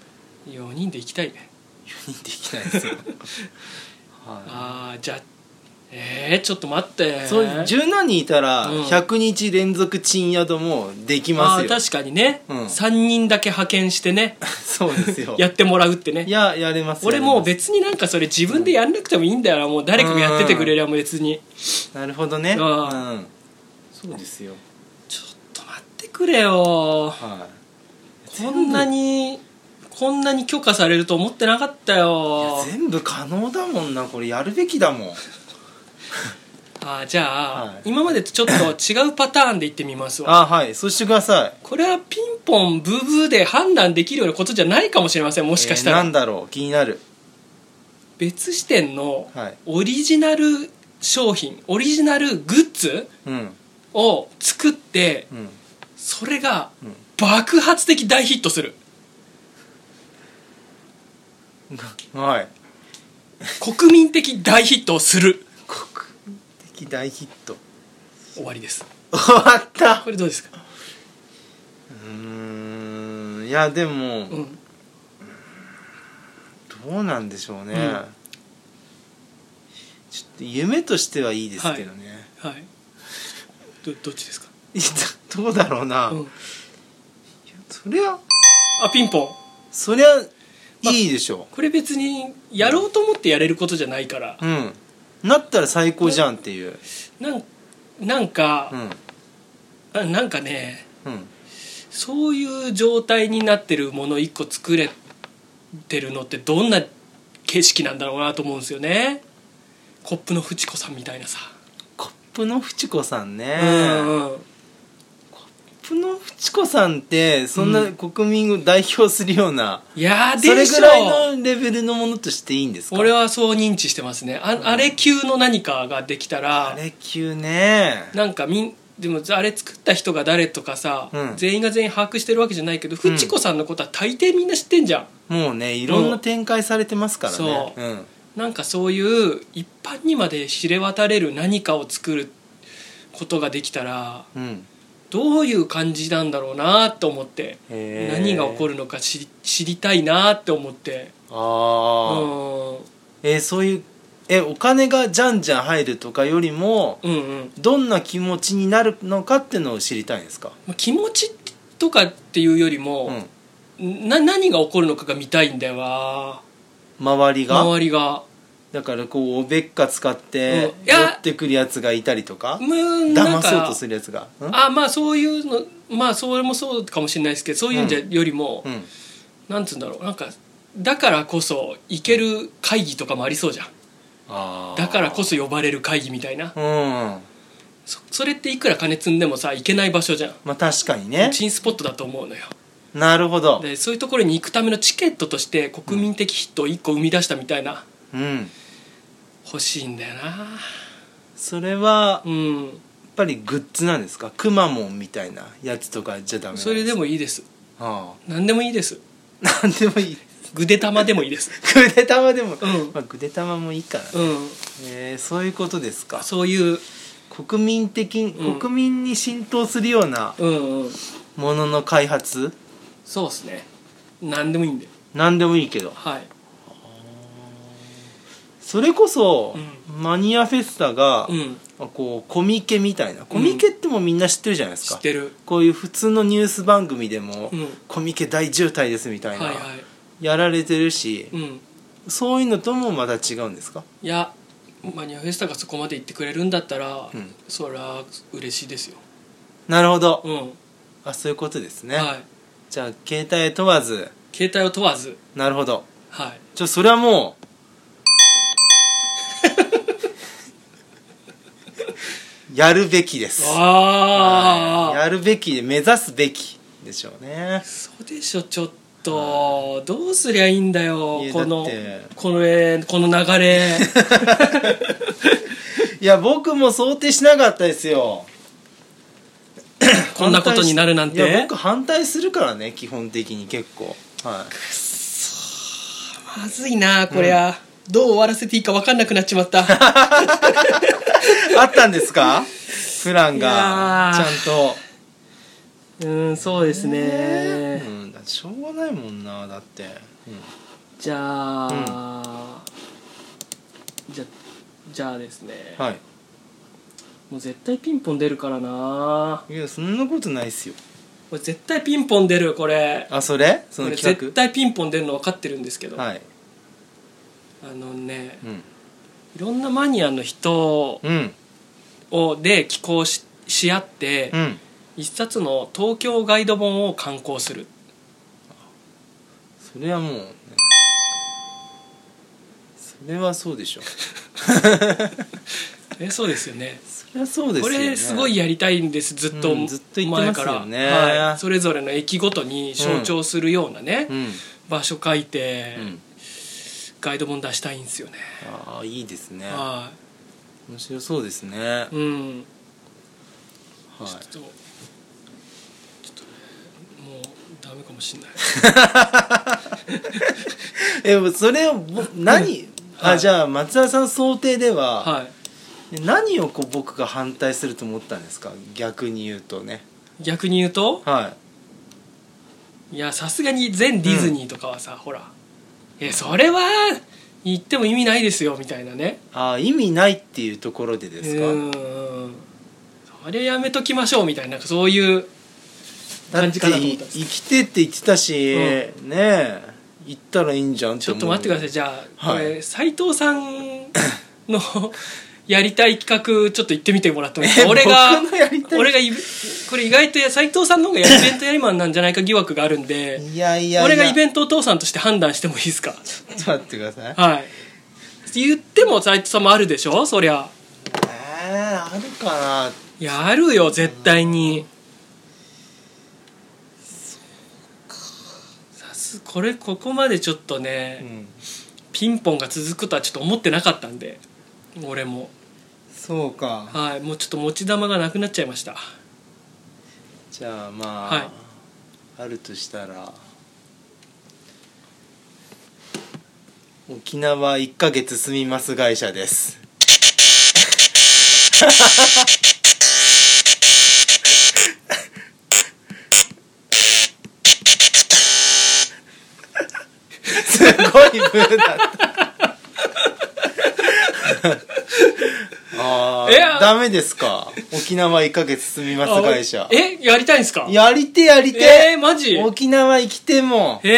Speaker 1: 4人で行きたいね
Speaker 2: い、4人できない ですよ、は
Speaker 1: ああじゃあえー、ちょっと待って
Speaker 2: い、そう十何人いたら
Speaker 1: うん
Speaker 2: 100日連続賃宿もでき
Speaker 1: あ
Speaker 2: ます
Speaker 1: ー
Speaker 2: よ、
Speaker 1: 確かにね、
Speaker 2: うん
Speaker 1: 三3人だけ派遣してね
Speaker 2: そうですよ
Speaker 1: やってもらうってね
Speaker 2: いややれます
Speaker 1: 俺もう
Speaker 2: やれ
Speaker 1: 別になんかそれ自分でやんなくてもいいんだよなもう誰かがやっててくれりゃ別に
Speaker 2: ますなるほどね
Speaker 1: う
Speaker 2: うんんそうですよ
Speaker 1: ちょっと待ってくれよ
Speaker 2: はい
Speaker 1: こんなにこんなに許可されると思ってなかった
Speaker 2: いや
Speaker 1: よ
Speaker 2: 全部可能だもんなこれやるべきだもん
Speaker 1: あーじゃあ、
Speaker 2: はい
Speaker 1: 今までとちょっと違うパターンでいってみますわ
Speaker 2: あはいそうしてください
Speaker 1: これはピンポンブーブーで判断できるようなことじゃないかもしれませんもしかしたら、
Speaker 2: えーなんだろう気になる
Speaker 1: 別視点の
Speaker 2: はい
Speaker 1: オリジナル商品オリジナルグッズ
Speaker 2: うん
Speaker 1: を作って
Speaker 2: うん
Speaker 1: それが
Speaker 2: うん
Speaker 1: 爆発的大ヒットする
Speaker 2: はい
Speaker 1: 国民的大ヒットをする
Speaker 2: 国民的大ヒット
Speaker 1: 終わりです
Speaker 2: 終わった
Speaker 1: これどうですか、
Speaker 2: うーんいやでも
Speaker 1: う
Speaker 2: ど
Speaker 1: ん、
Speaker 2: うなんでしょうね、
Speaker 1: うん
Speaker 2: ちょっと夢としてはいいですけどね、
Speaker 1: はいどどっちですか、
Speaker 2: いやどうだろうな、
Speaker 1: うん、
Speaker 2: そりゃ
Speaker 1: あピンポン
Speaker 2: そりゃいいでしょ
Speaker 1: これ別にやろうと思ってやれることじゃないから
Speaker 2: う、うんなったら最高じゃんっていう
Speaker 1: なんなんか
Speaker 2: う、ん
Speaker 1: あなんかね
Speaker 2: うん
Speaker 1: そういう状態になってるもの一個作れてるのってどんな景色なんだろうなと思うんですよねコップのフチ子さんみたいなさ、
Speaker 2: コップのフチコさんね、
Speaker 1: うんうん
Speaker 2: コップのフチコさんってそんな国民を代表するような、
Speaker 1: いやー
Speaker 2: そ
Speaker 1: で
Speaker 2: れ
Speaker 1: し
Speaker 2: ぐ
Speaker 1: ょ
Speaker 2: らいのレベルのものとしていいんですか
Speaker 1: 俺はそう認知してますねあ,、あれ級の何かができた
Speaker 2: あ
Speaker 1: ら
Speaker 2: れ級ね
Speaker 1: なんかみんでもあれ作った人が誰とかさ、
Speaker 2: うん
Speaker 1: 全員が全員把握してるわけじゃないけど、フチ子さんのことは大抵みんな知ってんじゃん
Speaker 2: もうねいろんな展開されてますからね
Speaker 1: そう
Speaker 2: うん、
Speaker 1: なんかそういう一般にまで知れ渡れる何かを作ることができたら
Speaker 2: うん
Speaker 1: どういう感じなんだろうなと思って
Speaker 2: へー
Speaker 1: 何が起こるのか知り知りたいなって思ってう
Speaker 2: ああ、
Speaker 1: んうん
Speaker 2: えーそういうえお金がじゃんじゃん入るとかよりも
Speaker 1: うん
Speaker 2: どんな気持ちになるのかっていうのを知りたいんですか、
Speaker 1: まあ気持ちとかっていうより
Speaker 2: う
Speaker 1: も
Speaker 2: ん、、
Speaker 1: な何が起こるのかが見たいんだよな
Speaker 2: 周りが
Speaker 1: 周りが
Speaker 2: だからこうおべっか使って
Speaker 1: うんい
Speaker 2: 寄
Speaker 1: や
Speaker 2: ってくるやつがいたりとか
Speaker 1: むーんな
Speaker 2: 騙
Speaker 1: んか
Speaker 2: そうとするやつがうん
Speaker 1: あまあそういうのまあそれもそうかもしれないですけどそういうんじゃよりも、
Speaker 2: うん
Speaker 1: なんつうんだろうなんかだからこそ行ける会議とかもありそうじゃん
Speaker 2: あー
Speaker 1: だからこそ呼ばれる会議みたいな
Speaker 2: うん
Speaker 1: そそれっていくら金積んでもさ行けない場所じゃん
Speaker 2: まあ確かにね
Speaker 1: チンスポットだと思うのよ
Speaker 2: なるほど
Speaker 1: でそういうところに行くためのチケットとして国民的ヒットを1個生み出したみたいな
Speaker 2: うん
Speaker 1: 欲しいんだよな
Speaker 2: それは
Speaker 1: う
Speaker 2: やっ
Speaker 1: ん
Speaker 2: ぱりグッズなんですかくまモンみたいなやつとかじゃダメなんすか
Speaker 1: それでもいいです
Speaker 2: あ
Speaker 1: 何でもいいです
Speaker 2: あなんでもいい
Speaker 1: ぐで玉でもいいです
Speaker 2: ぐで玉でも、
Speaker 1: ん
Speaker 2: まあ、ぐで玉もいいからね、
Speaker 1: うん
Speaker 2: えーそういうことですか
Speaker 1: そういう
Speaker 2: 国民的、
Speaker 1: うん
Speaker 2: 国民に浸透するような
Speaker 1: うんうん
Speaker 2: ものの開発
Speaker 1: そうですね何でもいいんで
Speaker 2: 何でもいいけど
Speaker 1: はい
Speaker 2: それこそ、
Speaker 1: う
Speaker 2: マニアフェスタが、
Speaker 1: うん
Speaker 2: こうコミケみたいなコミケってもうみんな知ってるじゃないです
Speaker 1: 知
Speaker 2: か、
Speaker 1: ってる
Speaker 2: こういう普通のニュース番組でも、
Speaker 1: うん
Speaker 2: コミケ大渋滞ですみた
Speaker 1: はい
Speaker 2: いな、
Speaker 1: はい
Speaker 2: やられてるし、
Speaker 1: うん
Speaker 2: そういうのともまた違うんですか
Speaker 1: いやマニアフェスタがそこまで行ってくれるんだったら、
Speaker 2: うん
Speaker 1: そりゃ嬉しいですよ
Speaker 2: なるほど、
Speaker 1: うん、
Speaker 2: あそういうことですね、
Speaker 1: はい
Speaker 2: じゃあ携帯問わず
Speaker 1: 携帯を問わず
Speaker 2: なるほど
Speaker 1: はい
Speaker 2: ちょそれはも うやるべきです
Speaker 1: ああ、
Speaker 2: やるべき目指すべきでしょうね
Speaker 1: そうでしょちょっとどうすりゃいいんだよ
Speaker 2: いや
Speaker 1: この
Speaker 2: だって
Speaker 1: このえこの流 れ
Speaker 2: いや僕も想定しなかったですよ
Speaker 1: こんなことになるなん
Speaker 2: いや
Speaker 1: て
Speaker 2: 僕反対するからね基本的に結構は
Speaker 1: まずいなこりゃ、どう終わらせていいか分かんなくなっちまった
Speaker 2: いあったんで すかプラン
Speaker 1: いや
Speaker 2: が
Speaker 1: ー
Speaker 2: ちゃんと
Speaker 1: うんそうですね、
Speaker 2: うんだってしょうがないもんなだって、うん
Speaker 1: じゃあ、じゃじゃあですね、
Speaker 2: は
Speaker 1: もう絶対ピンポン出るからない
Speaker 2: いやそんなことないっすよ
Speaker 1: これ絶対ピンポン出るこれ
Speaker 2: あそれ
Speaker 1: こ
Speaker 2: その
Speaker 1: れ
Speaker 2: 企画
Speaker 1: 絶対ピンポン出るの分かってるんですけど、
Speaker 2: はい
Speaker 1: あのね
Speaker 2: うん
Speaker 1: いろんなマニアの人
Speaker 2: うん
Speaker 1: をで寄稿しし合って、
Speaker 2: うん
Speaker 1: 一冊の東京ガイド本を刊行する
Speaker 2: それはもうね、それはそうでしょ
Speaker 1: えそうですよね
Speaker 2: そりゃそうです
Speaker 1: こ
Speaker 2: よね
Speaker 1: れすごいやりたいんですずっと
Speaker 2: うんずっと言ってますよね
Speaker 1: 前からはい、それぞれの駅ごとに象徴するようなね、
Speaker 2: うん、
Speaker 1: 場所書いて、
Speaker 2: うん、
Speaker 1: ガイド本出したいんですよね
Speaker 2: ああいいですね
Speaker 1: は
Speaker 2: 面白そうですね、はい
Speaker 1: いうんちょっとちょっともうダメかもしれない
Speaker 2: えそれをぼ何、
Speaker 1: は
Speaker 2: あ
Speaker 1: い
Speaker 2: じゃあ松田さん想定では、
Speaker 1: はい
Speaker 2: 何をこう僕が反対すると思ったんですか逆に言うとね
Speaker 1: 逆に言うと
Speaker 2: はい
Speaker 1: やさすがに全ディズニーとかはさ、ほらいやそれは言っても意味ないですよみたいなね
Speaker 2: いああ意味ないっていうところでですか、
Speaker 1: うんそれやめときましょうみたいななんかそういう
Speaker 2: だ
Speaker 1: 感
Speaker 2: って
Speaker 1: じかなと思ったんです
Speaker 2: 生きてって言ってたし、
Speaker 1: う
Speaker 2: ねえ行ったらいいんじゃん
Speaker 1: ちょっと待ってください
Speaker 2: い
Speaker 1: じゃあ、
Speaker 2: はい
Speaker 1: これ斎藤さんの やりたい企画ちょっと言ってみてもらってもいいですか
Speaker 2: え
Speaker 1: 俺が
Speaker 2: 僕のやりたい
Speaker 1: 俺がイベこれ意外と斎藤さんの方がイベントやりマンなんじゃないか疑惑があるんで
Speaker 2: いやいやいや
Speaker 1: 俺がイベ
Speaker 2: ン
Speaker 1: ントお父さんとして判断してもいいです か
Speaker 2: トちょっと待ってください
Speaker 1: はい言っても斎藤さんもあるでしょそりゃ
Speaker 2: えー、あるかな
Speaker 1: やるよ絶対にさすこれここまでちょっとね、
Speaker 2: うん
Speaker 1: ピンポンが続くとはちょっと思ってなかったんで俺も
Speaker 2: そうか
Speaker 1: はいもうちょっと持ち玉がなくなっちゃいました
Speaker 2: じゃあまあ、
Speaker 1: はい
Speaker 2: あるとしたら沖縄1ヶ月住みます会社ですすごいブーだったあ
Speaker 1: いや
Speaker 2: あダメですか沖縄1ヶ月住みます会社
Speaker 1: あえやりたいんですか
Speaker 2: やりてやり
Speaker 1: え
Speaker 2: て、
Speaker 1: ー、マジ
Speaker 2: 沖縄行きても
Speaker 1: へ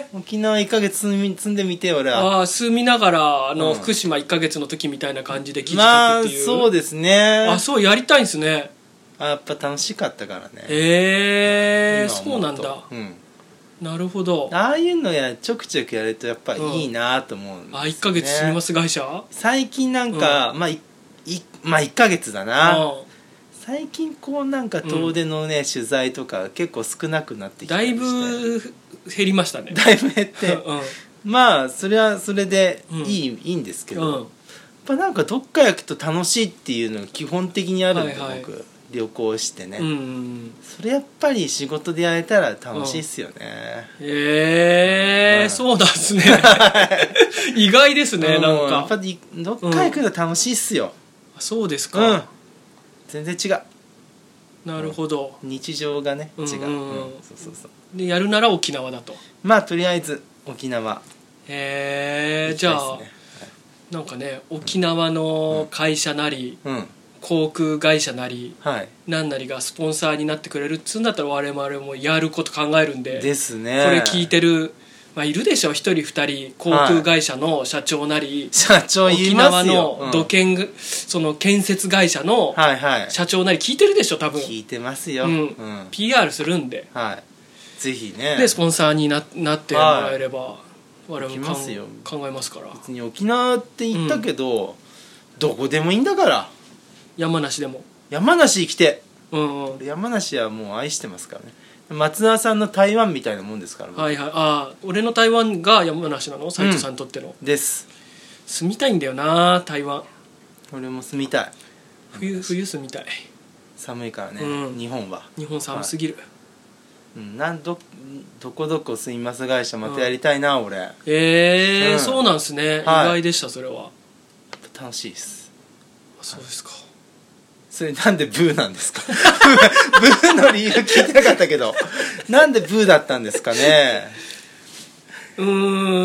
Speaker 1: え
Speaker 2: 沖縄1ヶ月住み住んでみて俺は
Speaker 1: ああ住みながらあの、
Speaker 2: うん
Speaker 1: 福島1か月の時みたいな感じで記事
Speaker 2: ま
Speaker 1: 書
Speaker 2: あ
Speaker 1: くっていう、
Speaker 2: そうですね
Speaker 1: あそうやりたいんですね
Speaker 2: あやっぱ楽しかったからね
Speaker 1: へえ
Speaker 2: 今
Speaker 1: そ
Speaker 2: 思
Speaker 1: う
Speaker 2: と
Speaker 1: なんだ
Speaker 2: うん
Speaker 1: なるほどあ
Speaker 2: ああいうのやちょくちょくやるとやっぱいいなと思うんですよね
Speaker 1: 1か月住みます会社
Speaker 2: 最近なんか、まあいいまあ1ヶ月だな
Speaker 1: うん
Speaker 2: 最近こうなんか遠出のね、取材とか結構少なくなってきた
Speaker 1: だい
Speaker 2: りして
Speaker 1: ぶ減りましたね
Speaker 2: だいぶ減っ て
Speaker 1: う
Speaker 2: まあそれはそれでいい,、ん、いいんですけ
Speaker 1: ん、
Speaker 2: ど、
Speaker 1: うん、
Speaker 2: やっぱなんかどっか行くと楽しいっていうのが基本的にあるんで、
Speaker 1: はいはい
Speaker 2: 僕旅行してね、
Speaker 1: うん
Speaker 2: それやっぱり仕事でやれたら楽しいっすよね、
Speaker 1: ええ
Speaker 2: はい
Speaker 1: そうなん ですね意外ですね
Speaker 2: う
Speaker 1: なん
Speaker 2: やっぱ
Speaker 1: か
Speaker 2: りどっか行くと楽しいっすよ
Speaker 1: そうです
Speaker 2: うん、
Speaker 1: か、
Speaker 2: 全然違う
Speaker 1: なるほど
Speaker 2: 日常がね違う、
Speaker 1: うんうんうん
Speaker 2: そうそうそう
Speaker 1: でやるなら沖縄だと
Speaker 2: まあとりあえず沖縄
Speaker 1: えー、
Speaker 2: 行き
Speaker 1: じ
Speaker 2: たい
Speaker 1: ゃ
Speaker 2: で
Speaker 1: あなんかね沖縄の会社なり、
Speaker 2: すねうん
Speaker 1: 航空会社なり
Speaker 2: はい
Speaker 1: なんなりがスポンサーになってくれるっつうんだったら我々もやること考えるんで
Speaker 2: です
Speaker 1: こ
Speaker 2: ね
Speaker 1: れ聞いてる、まあ、いるでしょ一人二人航空会社の社長なり、
Speaker 2: 社長言い
Speaker 1: 沖
Speaker 2: ま
Speaker 1: 縄
Speaker 2: すよ
Speaker 1: の土建、その建設会社の
Speaker 2: うんはいはい
Speaker 1: 社長なり聞いてるでしょ多分、
Speaker 2: 聞いてますよ、
Speaker 1: う
Speaker 2: うんん
Speaker 1: PR するんで
Speaker 2: はいぜひね
Speaker 1: でスポンサーにななってもらえれば、我々
Speaker 2: 行き
Speaker 1: もかん
Speaker 2: ますよ
Speaker 1: 考えますから
Speaker 2: 別に沖縄って言ったけど、どこでもいいんだから
Speaker 1: 山梨でも
Speaker 2: 山梨行きて
Speaker 1: うん、うん、
Speaker 2: 俺山梨はもう愛してますからね松田さんの台湾みたいなもんですから、
Speaker 1: はいはいああ俺の台湾が山梨なの斉藤さんにとっての、
Speaker 2: です
Speaker 1: 住みたいんだよな台湾
Speaker 2: 俺も住みたい
Speaker 1: 冬冬住みたい
Speaker 2: 寒いからね、
Speaker 1: うん
Speaker 2: 日本は、
Speaker 1: 日本寒すぎる、
Speaker 2: うん、なんどどこどこすいます会社またやりたいな、俺やっ
Speaker 1: ええ
Speaker 2: うん
Speaker 1: そうなんですね、
Speaker 2: はい
Speaker 1: 意外でしたそれは
Speaker 2: ぱ楽しいです
Speaker 1: あそうですか
Speaker 2: それなんでブーなんですかブーの理由聞いてなかったけどなんでブーだったんですかね
Speaker 1: うーん、
Speaker 2: はい聞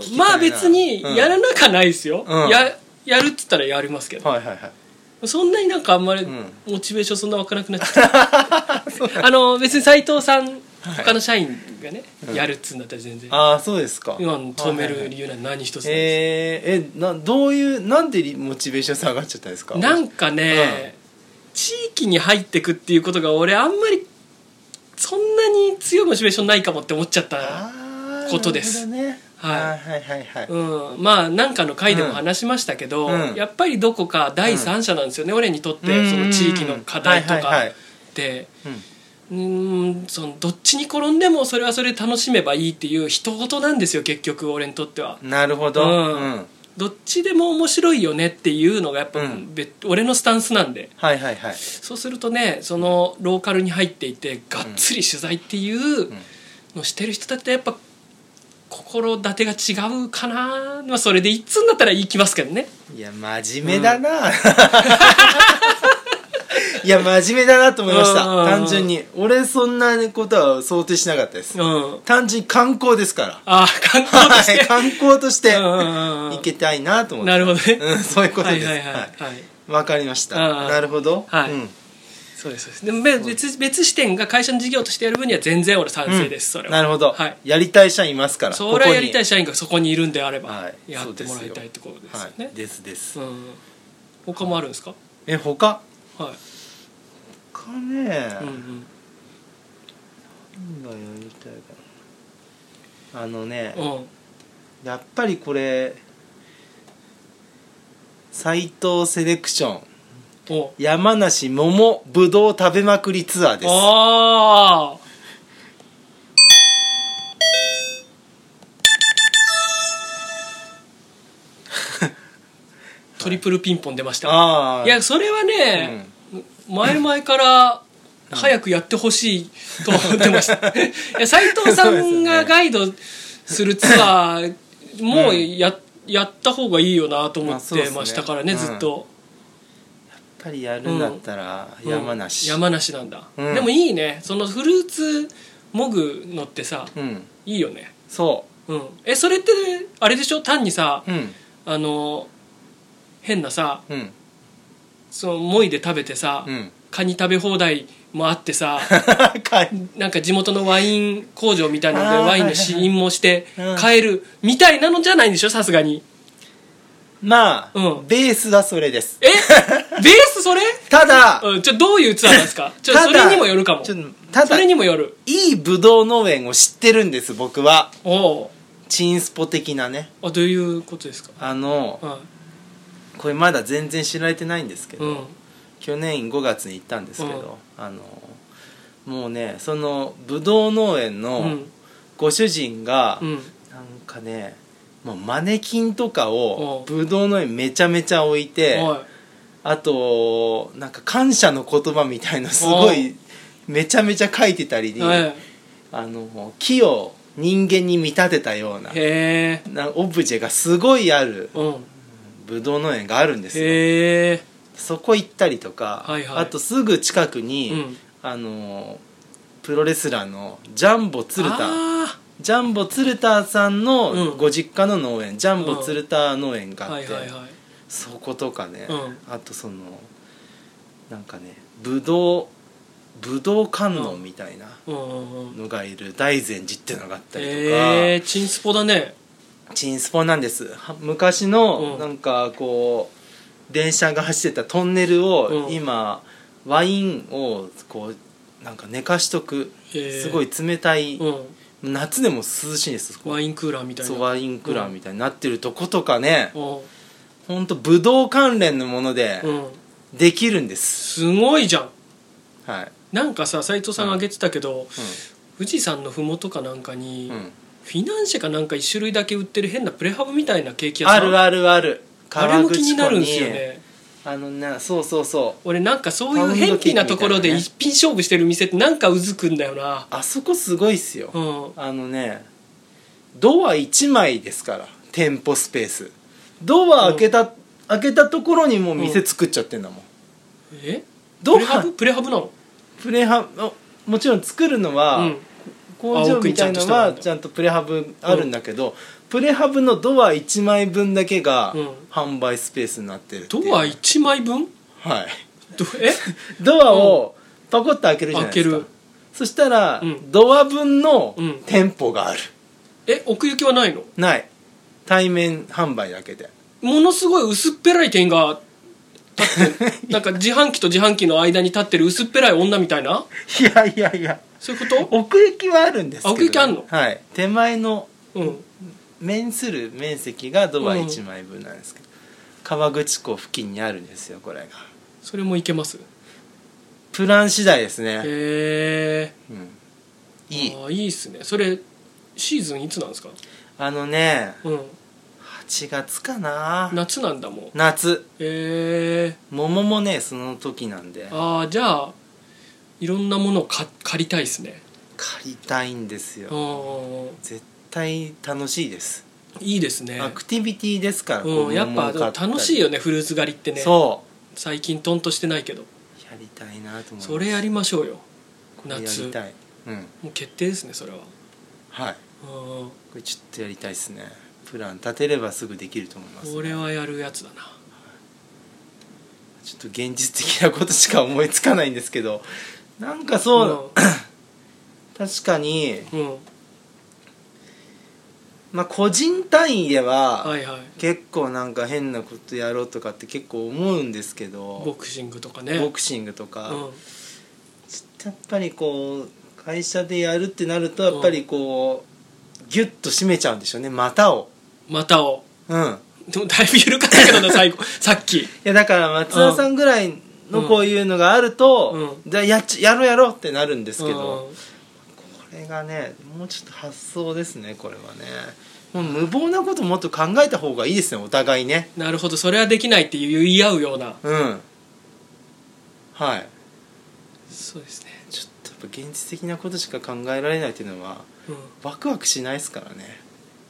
Speaker 2: きたいな
Speaker 1: まあ別にやらなかないですよ、
Speaker 2: うん
Speaker 1: ややるっつったらやりますけど、
Speaker 2: はいはいはい
Speaker 1: そんなになんかあんまり
Speaker 2: うん
Speaker 1: モチベーションそんな湧かなくなっちゃ ったあの別に斎藤さん他の社員がね、やるっつうんだったら全然
Speaker 2: ああそうですか
Speaker 1: 今の止め
Speaker 2: はいはい
Speaker 1: る
Speaker 2: はい
Speaker 1: 理由なんて何一つないです
Speaker 2: えー、えなどういうなんでリモチベーション下がっちゃったんですか
Speaker 1: なんかね、地域に入ってくっていうことが俺あんまりそんなに強いモチベーションないかもって思っちゃった、
Speaker 2: あー
Speaker 1: ことです
Speaker 2: なるほどね
Speaker 1: はい
Speaker 2: あーはいはいはい
Speaker 1: うん、まあなんかの回でも話しましたけど、
Speaker 2: うん
Speaker 1: やっぱりどこか第三者なんですよね、俺にとって
Speaker 2: うん
Speaker 1: その地域の課題と
Speaker 2: はいはい
Speaker 1: か
Speaker 2: はい
Speaker 1: って。
Speaker 2: うん
Speaker 1: うーんそのどっちに転んでもそれはそれで楽しめばいいっていう一言なんですよ結局俺にとっては
Speaker 2: なるほど、
Speaker 1: うん
Speaker 2: うん
Speaker 1: どっちでも面白いよねっていうのがやっぱ、
Speaker 2: うん
Speaker 1: 別俺のスタンスなんで
Speaker 2: はいはいはい、
Speaker 1: そうするとねそのローカルに入っていてがっつり取材っていう
Speaker 2: うん
Speaker 1: のをしてる人だってやっぱ心立てが違うかな、まあ、それでいつになったら行きますけどね
Speaker 2: いや真面目だな、 いや真面目だなと思いました
Speaker 1: うんうんうん
Speaker 2: 単純に俺そんなことは想定しなかったです、
Speaker 1: うん
Speaker 2: 単純に観光ですから
Speaker 1: ああ観光として
Speaker 2: はい観光として
Speaker 1: うんうんうん
Speaker 2: 行けたいなと思って
Speaker 1: なるほどね
Speaker 2: うん、そういうこと
Speaker 1: は
Speaker 2: で
Speaker 1: い
Speaker 2: す
Speaker 1: はいはい、は
Speaker 2: はいい、わかりました
Speaker 1: ああ
Speaker 2: なるほど
Speaker 1: はい
Speaker 2: うん
Speaker 1: そうですそうですでもべ別別視点が会社の事業としてやる分には全然俺賛成です、それは
Speaker 2: なるほど、
Speaker 1: はい
Speaker 2: やりたい社員いますから
Speaker 1: それはやりたい
Speaker 2: 社
Speaker 1: 社員がそこにいるんであれば、
Speaker 2: はい
Speaker 1: やっても
Speaker 2: そう
Speaker 1: ら
Speaker 2: です
Speaker 1: い
Speaker 2: よ
Speaker 1: たいところですよ
Speaker 2: は
Speaker 1: ね
Speaker 2: い、ですです、
Speaker 1: うん、他もあるんですか
Speaker 2: え他
Speaker 1: はい
Speaker 2: 他ね、
Speaker 1: うんうん
Speaker 2: 何がやりたいかなあのね、
Speaker 1: うん
Speaker 2: やっぱりこれ斎藤セレクション
Speaker 1: お
Speaker 2: 山梨桃ぶどう食べまくりツアーです
Speaker 1: ああトリプルピンポン出ました
Speaker 2: ああ
Speaker 1: いやそれはね、前々から早くやってほしいと思ってま したいや斎藤さんがガイドするツアーもうや,、やった方がいいよなと思
Speaker 2: まあ
Speaker 1: っ
Speaker 2: そうで
Speaker 1: て
Speaker 2: すね
Speaker 1: ましたからね,、
Speaker 2: うん
Speaker 1: ずっと、
Speaker 2: やっぱりやるんだったら
Speaker 1: うん
Speaker 2: 山梨、
Speaker 1: 山梨なんだ、
Speaker 2: うん
Speaker 1: でもいいねそのフルーツもぐのってさ
Speaker 2: うん
Speaker 1: いいよね
Speaker 2: そ
Speaker 1: うんえそれってあれでしょ単にさ
Speaker 2: ううん
Speaker 1: あの変なさ
Speaker 2: うん
Speaker 1: そのもいで食べてさ、
Speaker 2: うん
Speaker 1: カニ食べ放題もあってさ
Speaker 2: か
Speaker 1: なんか地元のワイン工場みたいなので
Speaker 2: あー
Speaker 1: ワインの試飲もして
Speaker 2: うん
Speaker 1: 買えるみたいなのじゃないんでしょさすがに
Speaker 2: まあ、
Speaker 1: うん
Speaker 2: ベースはそれです
Speaker 1: えベースそれ、
Speaker 2: ただ、
Speaker 1: うん、ちょどういうツアーなんです かちょ
Speaker 2: た
Speaker 1: そ
Speaker 2: だ
Speaker 1: れにもよるかも
Speaker 2: ちょた
Speaker 1: そ
Speaker 2: だ
Speaker 1: れ
Speaker 2: い
Speaker 1: にもよる
Speaker 2: いぶどう農園を知ってるんです僕は
Speaker 1: おう
Speaker 2: チンスポ的なね
Speaker 1: あどういうことですか
Speaker 2: あの
Speaker 1: は
Speaker 2: これまだ全然知られてないんですけ
Speaker 1: い、う
Speaker 2: ど、
Speaker 1: ん、
Speaker 2: 去年5月に行ったんですけど、あのもうねそのぶどう農園
Speaker 1: う
Speaker 2: の
Speaker 1: ん
Speaker 2: ご主人が、
Speaker 1: うん
Speaker 2: なんかねもうマネキンとか
Speaker 1: お
Speaker 2: を
Speaker 1: う
Speaker 2: ぶどう農園めちゃめちゃ置いて
Speaker 1: は
Speaker 2: あとなんか感謝の言葉みたいのすごいめちゃめちゃ書いてたり
Speaker 1: い
Speaker 2: に、
Speaker 1: はい
Speaker 2: あの木を人間に見立てたような
Speaker 1: へえ
Speaker 2: なオブジェがすごいある
Speaker 1: うん
Speaker 2: ぶどう農園があるんですよ
Speaker 1: へえ
Speaker 2: そこ行ったりとか、
Speaker 1: はいはい
Speaker 2: あとすぐ近くに、
Speaker 1: うん
Speaker 2: あのプロレスラーのジャンボ鶴田
Speaker 1: あ
Speaker 2: ジャンボ鶴田さんの
Speaker 1: うん
Speaker 2: ご実家の農園、ジャンボ鶴田農園があ
Speaker 1: は
Speaker 2: っ
Speaker 1: い
Speaker 2: て、
Speaker 1: はいはい
Speaker 2: そことかね、
Speaker 1: うん
Speaker 2: あとそのなんかねぶどうぶどう観音みたいな
Speaker 1: うんうんうん
Speaker 2: のがいる大善寺っていうのがあったりとか、
Speaker 1: えー、チンスポだね
Speaker 2: チンスポなんですは昔
Speaker 1: う
Speaker 2: の
Speaker 1: ん
Speaker 2: なんかこう電車が走ってたトンネルを
Speaker 1: うん
Speaker 2: 今、ワインをこうなんか寝かしとく、
Speaker 1: へー
Speaker 2: すごい冷たい、
Speaker 1: う
Speaker 2: 夏でも涼しいんですそ
Speaker 1: ん
Speaker 2: こ
Speaker 1: ワインクーラーみたいな
Speaker 2: そうワインクラーみたいになってるとことかね、
Speaker 1: うん
Speaker 2: ほんとブドウ関連のもので
Speaker 1: うん
Speaker 2: できるんです、
Speaker 1: すごいじゃん
Speaker 2: はい、
Speaker 1: なんかさ斎藤さんが挙げてたけど、
Speaker 2: う
Speaker 1: 富士山の麓かなんかに、
Speaker 2: んうん
Speaker 1: フィナンシェかなんか一種類だけ売ってる変なプレハブみたいなケーキ屋さん
Speaker 2: あるあるある
Speaker 1: あれも気になるんですよ
Speaker 2: 河口湖に
Speaker 1: ね
Speaker 2: あのなそうそうそう
Speaker 1: 俺なんかそういう偏僻なところで
Speaker 2: パウンドケーキみたいなね
Speaker 1: 一品勝負してる店ってなんかうずくんだよな
Speaker 2: あそこすごいっすよ、
Speaker 1: うん
Speaker 2: あのねドア1枚ですから店舗スペースドア開けた、開けたところにもう店作っちゃってんだもん、
Speaker 1: え
Speaker 2: ド
Speaker 1: プ
Speaker 2: ア
Speaker 1: レハブプレハブなの
Speaker 2: プレハブおもちろん作るのは、
Speaker 1: うん
Speaker 2: 工場みたいな
Speaker 1: あ
Speaker 2: のは
Speaker 1: 奥にちゃんとしたの
Speaker 2: ちゃんとプレハブあるんだけど、プレハブのドア1枚分だけが
Speaker 1: うん
Speaker 2: 販売スペースになってるっていう
Speaker 1: ドア1枚分
Speaker 2: はい
Speaker 1: どえ
Speaker 2: ドアをパコッと開けるじゃないですか、
Speaker 1: 開ける
Speaker 2: そしたら、
Speaker 1: うん
Speaker 2: ドア分の
Speaker 1: うん
Speaker 2: 店舗がある
Speaker 1: え奥行きはないの
Speaker 2: ない対面販売だけで
Speaker 1: ものすごい薄っぺらい店員が立 ってなんか自販機と自販機の間に立ってる薄っぺらい女みたい ない
Speaker 2: やいやいや
Speaker 1: そういうこ
Speaker 2: 奥行きはあるんですけど
Speaker 1: あ奥行きあんの
Speaker 2: はい手前の
Speaker 1: とうん
Speaker 2: 面する面積がドア1枚分なんですけど、川口湖付近にあるんですよこれが
Speaker 1: それもいけます
Speaker 2: プラン次第ですね、
Speaker 1: へえ
Speaker 2: うん、いい
Speaker 1: あーいいっすねそれシーズンいつなんですか
Speaker 2: あのね
Speaker 1: うん
Speaker 2: 8月かな
Speaker 1: 夏なんだもん
Speaker 2: 夏
Speaker 1: へえ
Speaker 2: 桃もねその時なんで
Speaker 1: ああじゃあいろんなものをか借りたいですね
Speaker 2: 借りたいんですよ
Speaker 1: うん
Speaker 2: 絶対楽しいです、
Speaker 1: いいですね
Speaker 2: アクティビティですから、こ
Speaker 1: う
Speaker 2: うん
Speaker 1: やっぱ
Speaker 2: 物を買たり
Speaker 1: 楽しいよねフルーツ狩りってね
Speaker 2: そ
Speaker 1: 最近トンとしてないけど
Speaker 2: うやりたいなと思う
Speaker 1: それやりましょうよ
Speaker 2: や
Speaker 1: 夏
Speaker 2: りたいうん
Speaker 1: もう決定ですねそれは
Speaker 2: はい
Speaker 1: うん
Speaker 2: これちょっとやりたいですねプラン立てればすぐできると思います
Speaker 1: これはやるやつだな
Speaker 2: ちょっと現実的なことしか思いつかないんですけどなんかそう、確かに
Speaker 1: うんうん
Speaker 2: まあ個人単位では、
Speaker 1: はいはい
Speaker 2: 結構なんか変なことやろうとかって結構思うんですけ
Speaker 1: ボ
Speaker 2: ど
Speaker 1: クシングとかね
Speaker 2: ボクシングとか、
Speaker 1: うん
Speaker 2: やっぱりこう会社でやるってなるとやっぱりこう、ギュッと締めちゃうんでしょうね股を
Speaker 1: 股を
Speaker 2: うんい
Speaker 1: でもだいぶ緩かったけどな 最後さっき
Speaker 2: やだから松田さんぐらいの
Speaker 1: うん
Speaker 2: こういうのがあると、
Speaker 1: う
Speaker 2: じゃあやっちやろうやろうってなるんですけ
Speaker 1: う
Speaker 2: ど、
Speaker 1: ん
Speaker 2: これがねもうちょっと発想ですねこれはねもう無謀なこともっと考えた方がいいですねお互いね
Speaker 1: なるほどそれはできないっていう言い合うような
Speaker 2: うんはい
Speaker 1: そうですね、
Speaker 2: ちょっとやっぱ現実的なことしか考えられないっていうのは
Speaker 1: うん、
Speaker 2: ワクワクしないですからね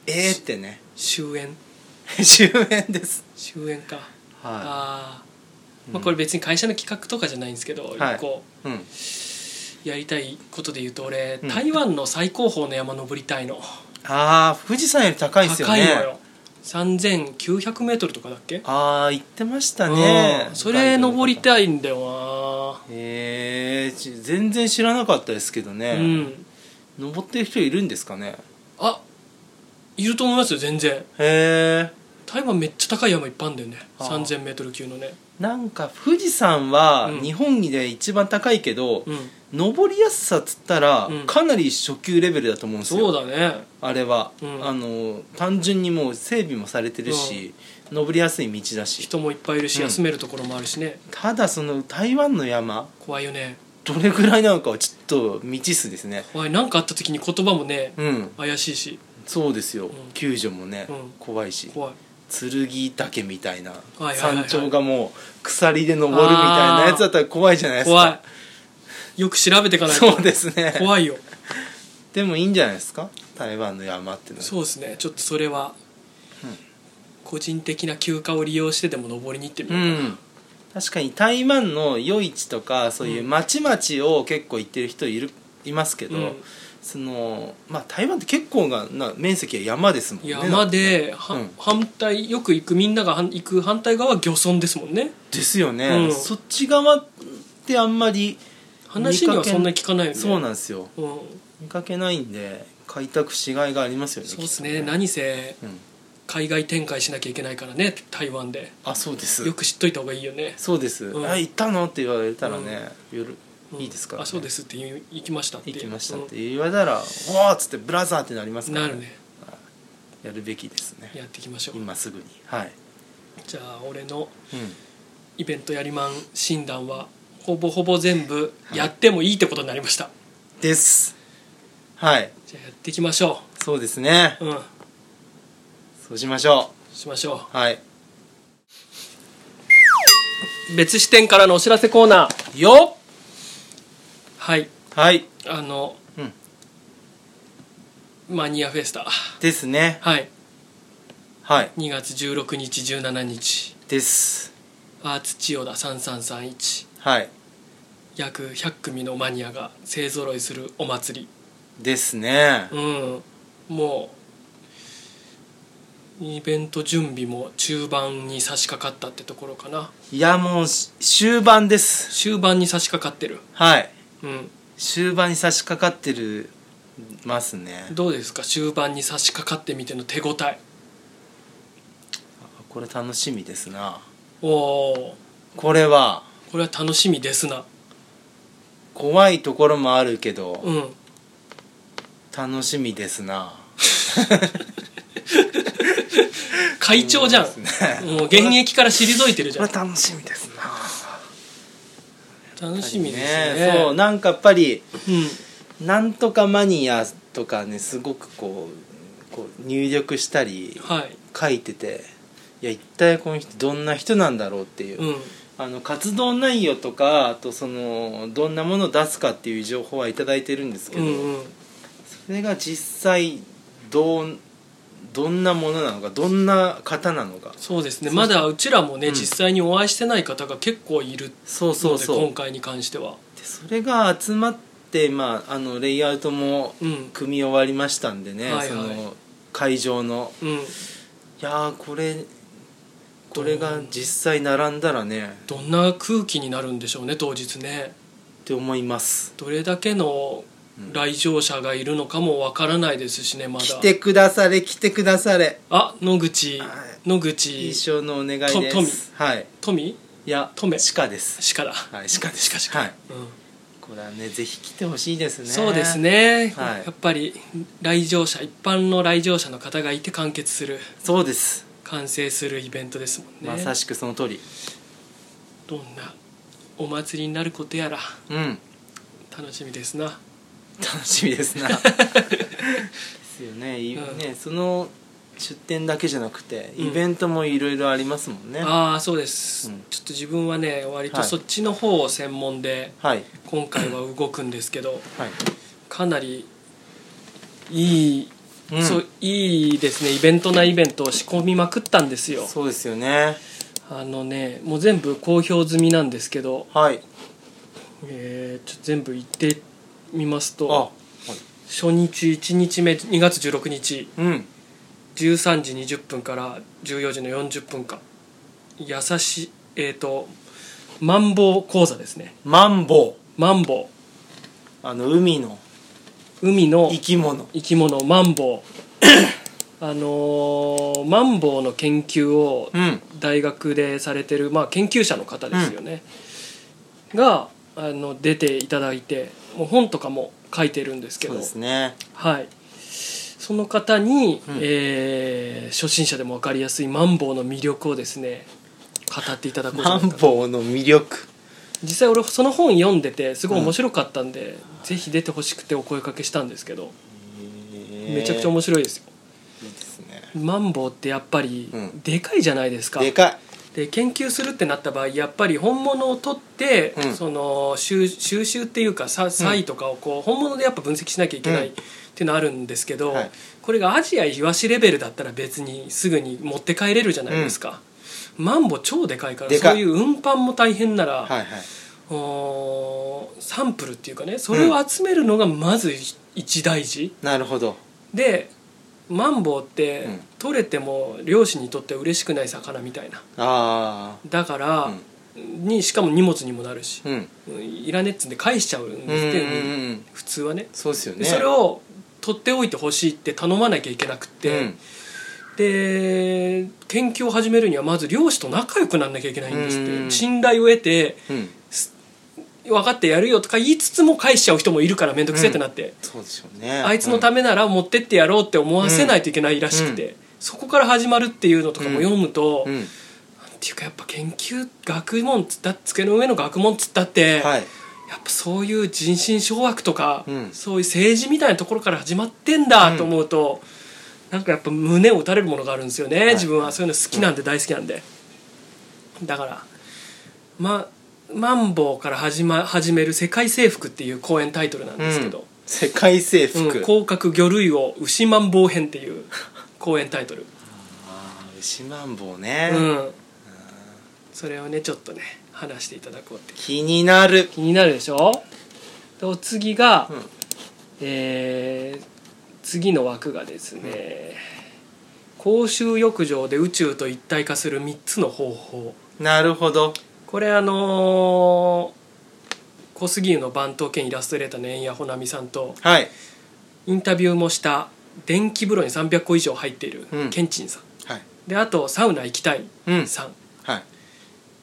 Speaker 2: えー、ってね
Speaker 1: 終焉
Speaker 2: 終焉です
Speaker 1: 終焉か、
Speaker 2: は
Speaker 1: あー、まあこれ別に会社の企画とかじゃないんですけど、
Speaker 2: はい
Speaker 1: 一個
Speaker 2: い、うん、
Speaker 1: やりたいことで言うと俺、
Speaker 2: うん
Speaker 1: 台湾の最高峰の山登りたいの
Speaker 2: ああ富士山より高いですよ
Speaker 1: 高
Speaker 2: ね
Speaker 1: いのよ3 9 0 0ルとかだっけ
Speaker 2: ああ言ってましたね
Speaker 1: うんそれ登り
Speaker 2: い
Speaker 1: たいんだよ
Speaker 2: えー、ち全然知らなかったですけど
Speaker 1: な、
Speaker 2: ね、
Speaker 1: うん
Speaker 2: 登ってる人いるんですかね
Speaker 1: あいると思いますよ全然
Speaker 2: へえ
Speaker 1: 台湾めっちゃ高い山いっぱいあるんだよね
Speaker 2: あー
Speaker 1: 3000m 級のね
Speaker 2: なんか富士山は
Speaker 1: うん
Speaker 2: 日本で一番高いけど、
Speaker 1: うん
Speaker 2: 登りやすさっつったら
Speaker 1: うん
Speaker 2: かなり初級レベルだと思うんですよ、
Speaker 1: そうだね
Speaker 2: あれは、
Speaker 1: うん
Speaker 2: あの単純にもう整備もされてるし、登りやすい道だし
Speaker 1: 人もいっぱいいるし
Speaker 2: うん
Speaker 1: 休めるところもあるしね、
Speaker 2: ただその台湾の山
Speaker 1: 怖いよね
Speaker 2: どれぐらいなのかはちょっと未知数ですね
Speaker 1: 怖い何かあった時に言葉もね
Speaker 2: うん
Speaker 1: 怪しいし
Speaker 2: そうですよ、
Speaker 1: ん
Speaker 2: 救助もね、
Speaker 1: うん
Speaker 2: 怖いし
Speaker 1: 怖い
Speaker 2: 剣岳みたいな、
Speaker 1: いはいはいは
Speaker 2: 山
Speaker 1: い
Speaker 2: 頂がもう鎖で登るみたいなやつだったら怖いじゃないですか
Speaker 1: 怖いよく調べていかないと
Speaker 2: そうですね
Speaker 1: 怖いよ
Speaker 2: でもいいんじゃないですか台湾の山ってのは
Speaker 1: そうですねちょっとそれは、個人的な休暇を利用してでも登りに行ってみ
Speaker 2: う
Speaker 1: ようかな、
Speaker 2: ん確かに台湾の夜市とかそういう町々を結構行ってる人いるいますけど、
Speaker 1: うん
Speaker 2: そのまあ台湾って結構がな面積は山ですもんね
Speaker 1: 山で、は
Speaker 2: うん
Speaker 1: 反対よく行くみんながはん行く反対側は漁村ですもんね
Speaker 2: ですよね、
Speaker 1: うん
Speaker 2: そっち側ってあんまり
Speaker 1: 話にはそんな
Speaker 2: 見か
Speaker 1: 聞かないよ
Speaker 2: け
Speaker 1: ね
Speaker 2: そうなんですよ
Speaker 1: うん
Speaker 2: 見かけないんで開拓しがいがありますよね
Speaker 1: そうですね何せ
Speaker 2: うん
Speaker 1: 海外展開しなきゃいけないからね台湾で
Speaker 2: あそうです
Speaker 1: よく知っといた方がいいよね
Speaker 2: そうです、
Speaker 1: うん
Speaker 2: あ行ったのって言われたらね、夜
Speaker 1: うん
Speaker 2: いいですから、ね
Speaker 1: あそうですって言う行きましたって
Speaker 2: 行きましたって
Speaker 1: う
Speaker 2: 言われたら「おお!」っつって「ブラザー!」ってなります
Speaker 1: ん
Speaker 2: から、
Speaker 1: なるね
Speaker 2: やるべきですね
Speaker 1: やっていきましょう
Speaker 2: 今すぐにはい、
Speaker 1: じゃあ俺の
Speaker 2: うん、
Speaker 1: イベントやりまん診断はほぼほぼ全部やってもいいってことになりました、
Speaker 2: ですはい
Speaker 1: じゃあやっていきましょ
Speaker 2: そうですね
Speaker 1: ううん
Speaker 2: そうしましょ
Speaker 1: しましょ
Speaker 2: うはいう
Speaker 1: 別視点からのお知らせコーナー
Speaker 2: よっ
Speaker 1: はい
Speaker 2: はい
Speaker 1: あの、
Speaker 2: うん
Speaker 1: マニアフェスタ
Speaker 2: ですね
Speaker 1: はい
Speaker 2: はい
Speaker 1: 2月16日17日
Speaker 2: です
Speaker 1: アーツ千代田3331
Speaker 2: はい
Speaker 1: 約100組のマニアが勢ぞろいするお祭り
Speaker 2: ですね
Speaker 1: うんもうイベント準備も中盤に差し掛かったってところかない
Speaker 2: やもうし終盤です
Speaker 1: 終盤に差し掛かってる
Speaker 2: はい
Speaker 1: うん
Speaker 2: 終盤に差し掛かってるますね
Speaker 1: どうですか終盤に差し掛かってみての手応え
Speaker 2: あこれ楽しみですな
Speaker 1: おお
Speaker 2: これは
Speaker 1: これは楽しみですな
Speaker 2: 怖いところもあるけど、
Speaker 1: うん
Speaker 2: 楽しみですな
Speaker 1: 会長じゃん
Speaker 2: そうですね
Speaker 1: もう現役から退いてるじゃん
Speaker 2: 楽しみですな
Speaker 1: 楽しみですね
Speaker 2: そうなんかやっぱり
Speaker 1: うん
Speaker 2: なんとかマニアとかねすごくこうこう入力したり
Speaker 1: はい
Speaker 2: 書いてていや一体この人どんな人なんだろうっていう、
Speaker 1: うん
Speaker 2: あの活動内容とかあとそのどんなものを出すかっていう情報は頂いただいてるんですけ
Speaker 1: う
Speaker 2: ど、
Speaker 1: んうん
Speaker 2: それが実際どうどんなものなのかどんな方なのか
Speaker 1: そうですねまだうちらもね、
Speaker 2: うん
Speaker 1: 実際にお会いしてない方が結構いるので
Speaker 2: そうそうそう
Speaker 1: 今回に関しては
Speaker 2: でそれが集まって、まあ、あのレイアウトも
Speaker 1: うん
Speaker 2: 組み終わりましたんでね、
Speaker 1: はいはい
Speaker 2: その会場の
Speaker 1: うん
Speaker 2: いやーこれこれが実際並んだらね
Speaker 1: どんな空気になるんでしょうね当日ね
Speaker 2: って思います
Speaker 1: どれだけの来場者がいるのかもわからないですしねまだ
Speaker 2: 来てくだされ来てくだされ
Speaker 1: あ野口
Speaker 2: はい
Speaker 1: 野
Speaker 2: 一
Speaker 1: 口
Speaker 2: 生のお願いですはい
Speaker 1: 富
Speaker 2: いや
Speaker 1: トメ
Speaker 2: 鹿です
Speaker 1: しから
Speaker 2: はい鹿です
Speaker 1: しか
Speaker 2: はい
Speaker 1: うん
Speaker 2: これはねぜひ来てほしいですね
Speaker 1: そうですね、
Speaker 2: は
Speaker 1: や
Speaker 2: い
Speaker 1: っぱり来場者一般の来場者の方がいて完結する
Speaker 2: そうです、
Speaker 1: 完成するイベントですもんね、
Speaker 2: まさしくその通り
Speaker 1: どんなお祭りになることやら
Speaker 2: うん
Speaker 1: 楽しみですな
Speaker 2: 楽し みですなですよね,い、
Speaker 1: うん
Speaker 2: ねその出店だけじゃなくて
Speaker 1: うん
Speaker 2: イベントもいろいろありますもんね、は
Speaker 1: ああそうです、
Speaker 2: うん
Speaker 1: ちょっと自分はね割と
Speaker 2: はい
Speaker 1: そっちの方を専門で
Speaker 2: い
Speaker 1: 今回は動くんですけど
Speaker 2: はい、
Speaker 1: かなりいい、
Speaker 2: うんそ
Speaker 1: そうういいですねイベントなイベントを仕込みまくったんですよ
Speaker 2: ですよね
Speaker 1: あのねもう全部公表済みなんですけど、
Speaker 2: はい
Speaker 1: えーちょっと全部言ってみます
Speaker 2: あ、は
Speaker 1: と初日1日目2月16日
Speaker 2: い、うん
Speaker 1: 13時20分から14時の40分間優しいえっ、とマンボウ講座ですね
Speaker 2: マンボ
Speaker 1: マンボ
Speaker 2: ウあの海の
Speaker 1: ウ海の
Speaker 2: 生き物
Speaker 1: 生き物マンボウあのーマンボウの研究を
Speaker 2: うん
Speaker 1: 大学でされてる、まあ、研究者の方ですよね、があの出ていただいてもう本とかも書いてるんですけ
Speaker 2: そう
Speaker 1: ど
Speaker 2: ですね
Speaker 1: はい、その方に、
Speaker 2: うん
Speaker 1: えー初心者でも分かりやすいマンボウの魅力をですね語っていただこうじゃ
Speaker 2: マ
Speaker 1: ない
Speaker 2: ン
Speaker 1: かな
Speaker 2: ボウの魅力
Speaker 1: 実際俺その本読んでてすごい面白かったんで、ぜひ出てほしくてお声かけしたんですけどめちゃくちゃ
Speaker 2: 面
Speaker 1: 面白いですよ。
Speaker 2: 白いですね
Speaker 1: マンボウってやっぱり
Speaker 2: うん
Speaker 1: でかいじゃないですか、
Speaker 2: でか
Speaker 1: で研究するってなった場合やっぱり本物を取って、
Speaker 2: うん
Speaker 1: その収収集っていうかさ差異とかをこう本物でやっぱ分析しなきゃいけない
Speaker 2: うん
Speaker 1: っていうのあるんですけど、
Speaker 2: はい
Speaker 1: これがアジアイワシレベルだったら別にすぐに持って帰れるじゃないですか、マンボ超でかいから
Speaker 2: でかい
Speaker 1: そういう運搬も大変なら、
Speaker 2: いはいはい
Speaker 1: おーサンプルっていうかねそれを集めるのがまず一大事、
Speaker 2: なるほど
Speaker 1: でマンボウって、
Speaker 2: うん
Speaker 1: 取れても漁師にとっては嬉しくない魚みたいな
Speaker 2: あ
Speaker 1: だか
Speaker 2: あ
Speaker 1: ら、にしかも荷物にもなるし、
Speaker 2: うんうん
Speaker 1: いらねっつんで返しちゃうん
Speaker 2: う
Speaker 1: です
Speaker 2: ん
Speaker 1: って、
Speaker 2: うん
Speaker 1: 普通はね
Speaker 2: そうですよ
Speaker 1: で
Speaker 2: ね
Speaker 1: それを取っておいてほしいって頼まなきゃいけなくて、
Speaker 2: うん
Speaker 1: で研究を始めるにはまず漁師と仲良くなんなきゃいけないんですって、
Speaker 2: うん
Speaker 1: 信頼を得て
Speaker 2: うん
Speaker 1: 分かってやるよとか言いつつも返しちゃう人もいるから面倒くせえってなって、
Speaker 2: そうでしょうね
Speaker 1: あいつのためなら持ってってやろうって思わせないといけないらしくて、そこから始まるっていうのとかも読むと、
Speaker 2: うんうん
Speaker 1: っていうかやっぱ研究学問つった机の上の学問つったって、
Speaker 2: はい
Speaker 1: やっぱそういう人心掌握とか、
Speaker 2: うん
Speaker 1: そういう政治みたいなところから始まってんだと思うと、なんかやっぱ胸を打たれるものがあるんですよね、
Speaker 2: い
Speaker 1: 自分はそういうの好きなんで大好きなんで、だからまマンボウから始,、ま、始める「世界征服」っていう講演タイトルなんですけど、
Speaker 2: 世界征
Speaker 1: うん
Speaker 2: 服
Speaker 1: 甲殻魚類を牛マンボウ編って いう講演タイトル、
Speaker 2: あー牛マンボウね
Speaker 1: うん、それをねちょっとね話していただこうって
Speaker 2: 気になる
Speaker 1: 気になるでしょでお次が、
Speaker 2: うん
Speaker 1: えー次の枠がですね、公衆浴場で宇宙と一体化する3つの方法
Speaker 2: なるほど
Speaker 1: これあのー小杉湯の番頭兼イラストレーターの円谷穂波さんと
Speaker 2: はい
Speaker 1: インタビューもした電気風呂に300個以上入っている
Speaker 2: うん
Speaker 1: ケンチンさん、
Speaker 2: はい
Speaker 1: であとサウナ行きたい
Speaker 2: うん
Speaker 1: さ
Speaker 2: は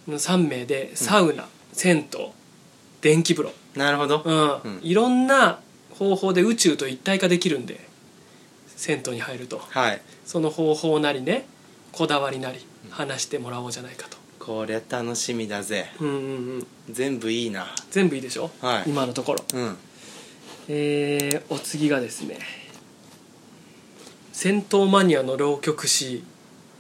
Speaker 1: んの3名でサウナ、銭湯電気風呂
Speaker 2: いなるほど
Speaker 1: うん
Speaker 2: うん
Speaker 1: いろんな方法で宇宙と一体化できるんで銭湯に入ると
Speaker 2: はい
Speaker 1: その方法なりねこだわりなり話してもらおうじゃないかと、
Speaker 2: こりゃ楽しみだぜ
Speaker 1: うんうんうん、
Speaker 2: 全部いいな
Speaker 1: 全部いいでしょ、
Speaker 2: はい
Speaker 1: 今のところ、
Speaker 2: うん
Speaker 1: えーお次がですね戦闘マニアの浪曲師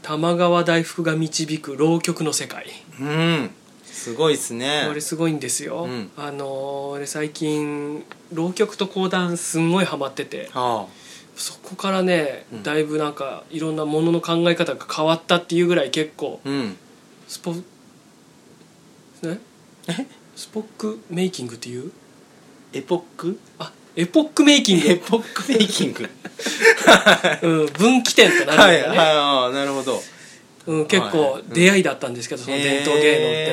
Speaker 1: 玉川大福が導く浪曲の世界
Speaker 2: うんすごいっすね
Speaker 1: これすごいんですよ、
Speaker 2: うん
Speaker 1: あのー俺最近浪曲と講談すんごいハマってて
Speaker 2: は
Speaker 1: そこからね、
Speaker 2: うん
Speaker 1: だいぶなんかいろんなものの考え方が変わったっていうぐらい結構
Speaker 2: あうん
Speaker 1: スポねスポックメイキングっていう
Speaker 2: エポック
Speaker 1: あエポックメイキン
Speaker 2: エ
Speaker 1: グ、
Speaker 2: ポックメイキング
Speaker 1: うん、分岐点とな
Speaker 2: は
Speaker 1: る
Speaker 2: い
Speaker 1: んだよ
Speaker 2: はい
Speaker 1: ね、
Speaker 2: ああなるほど
Speaker 1: うん、結構
Speaker 2: はい
Speaker 1: 出会いだったんですけど、その伝統芸能っ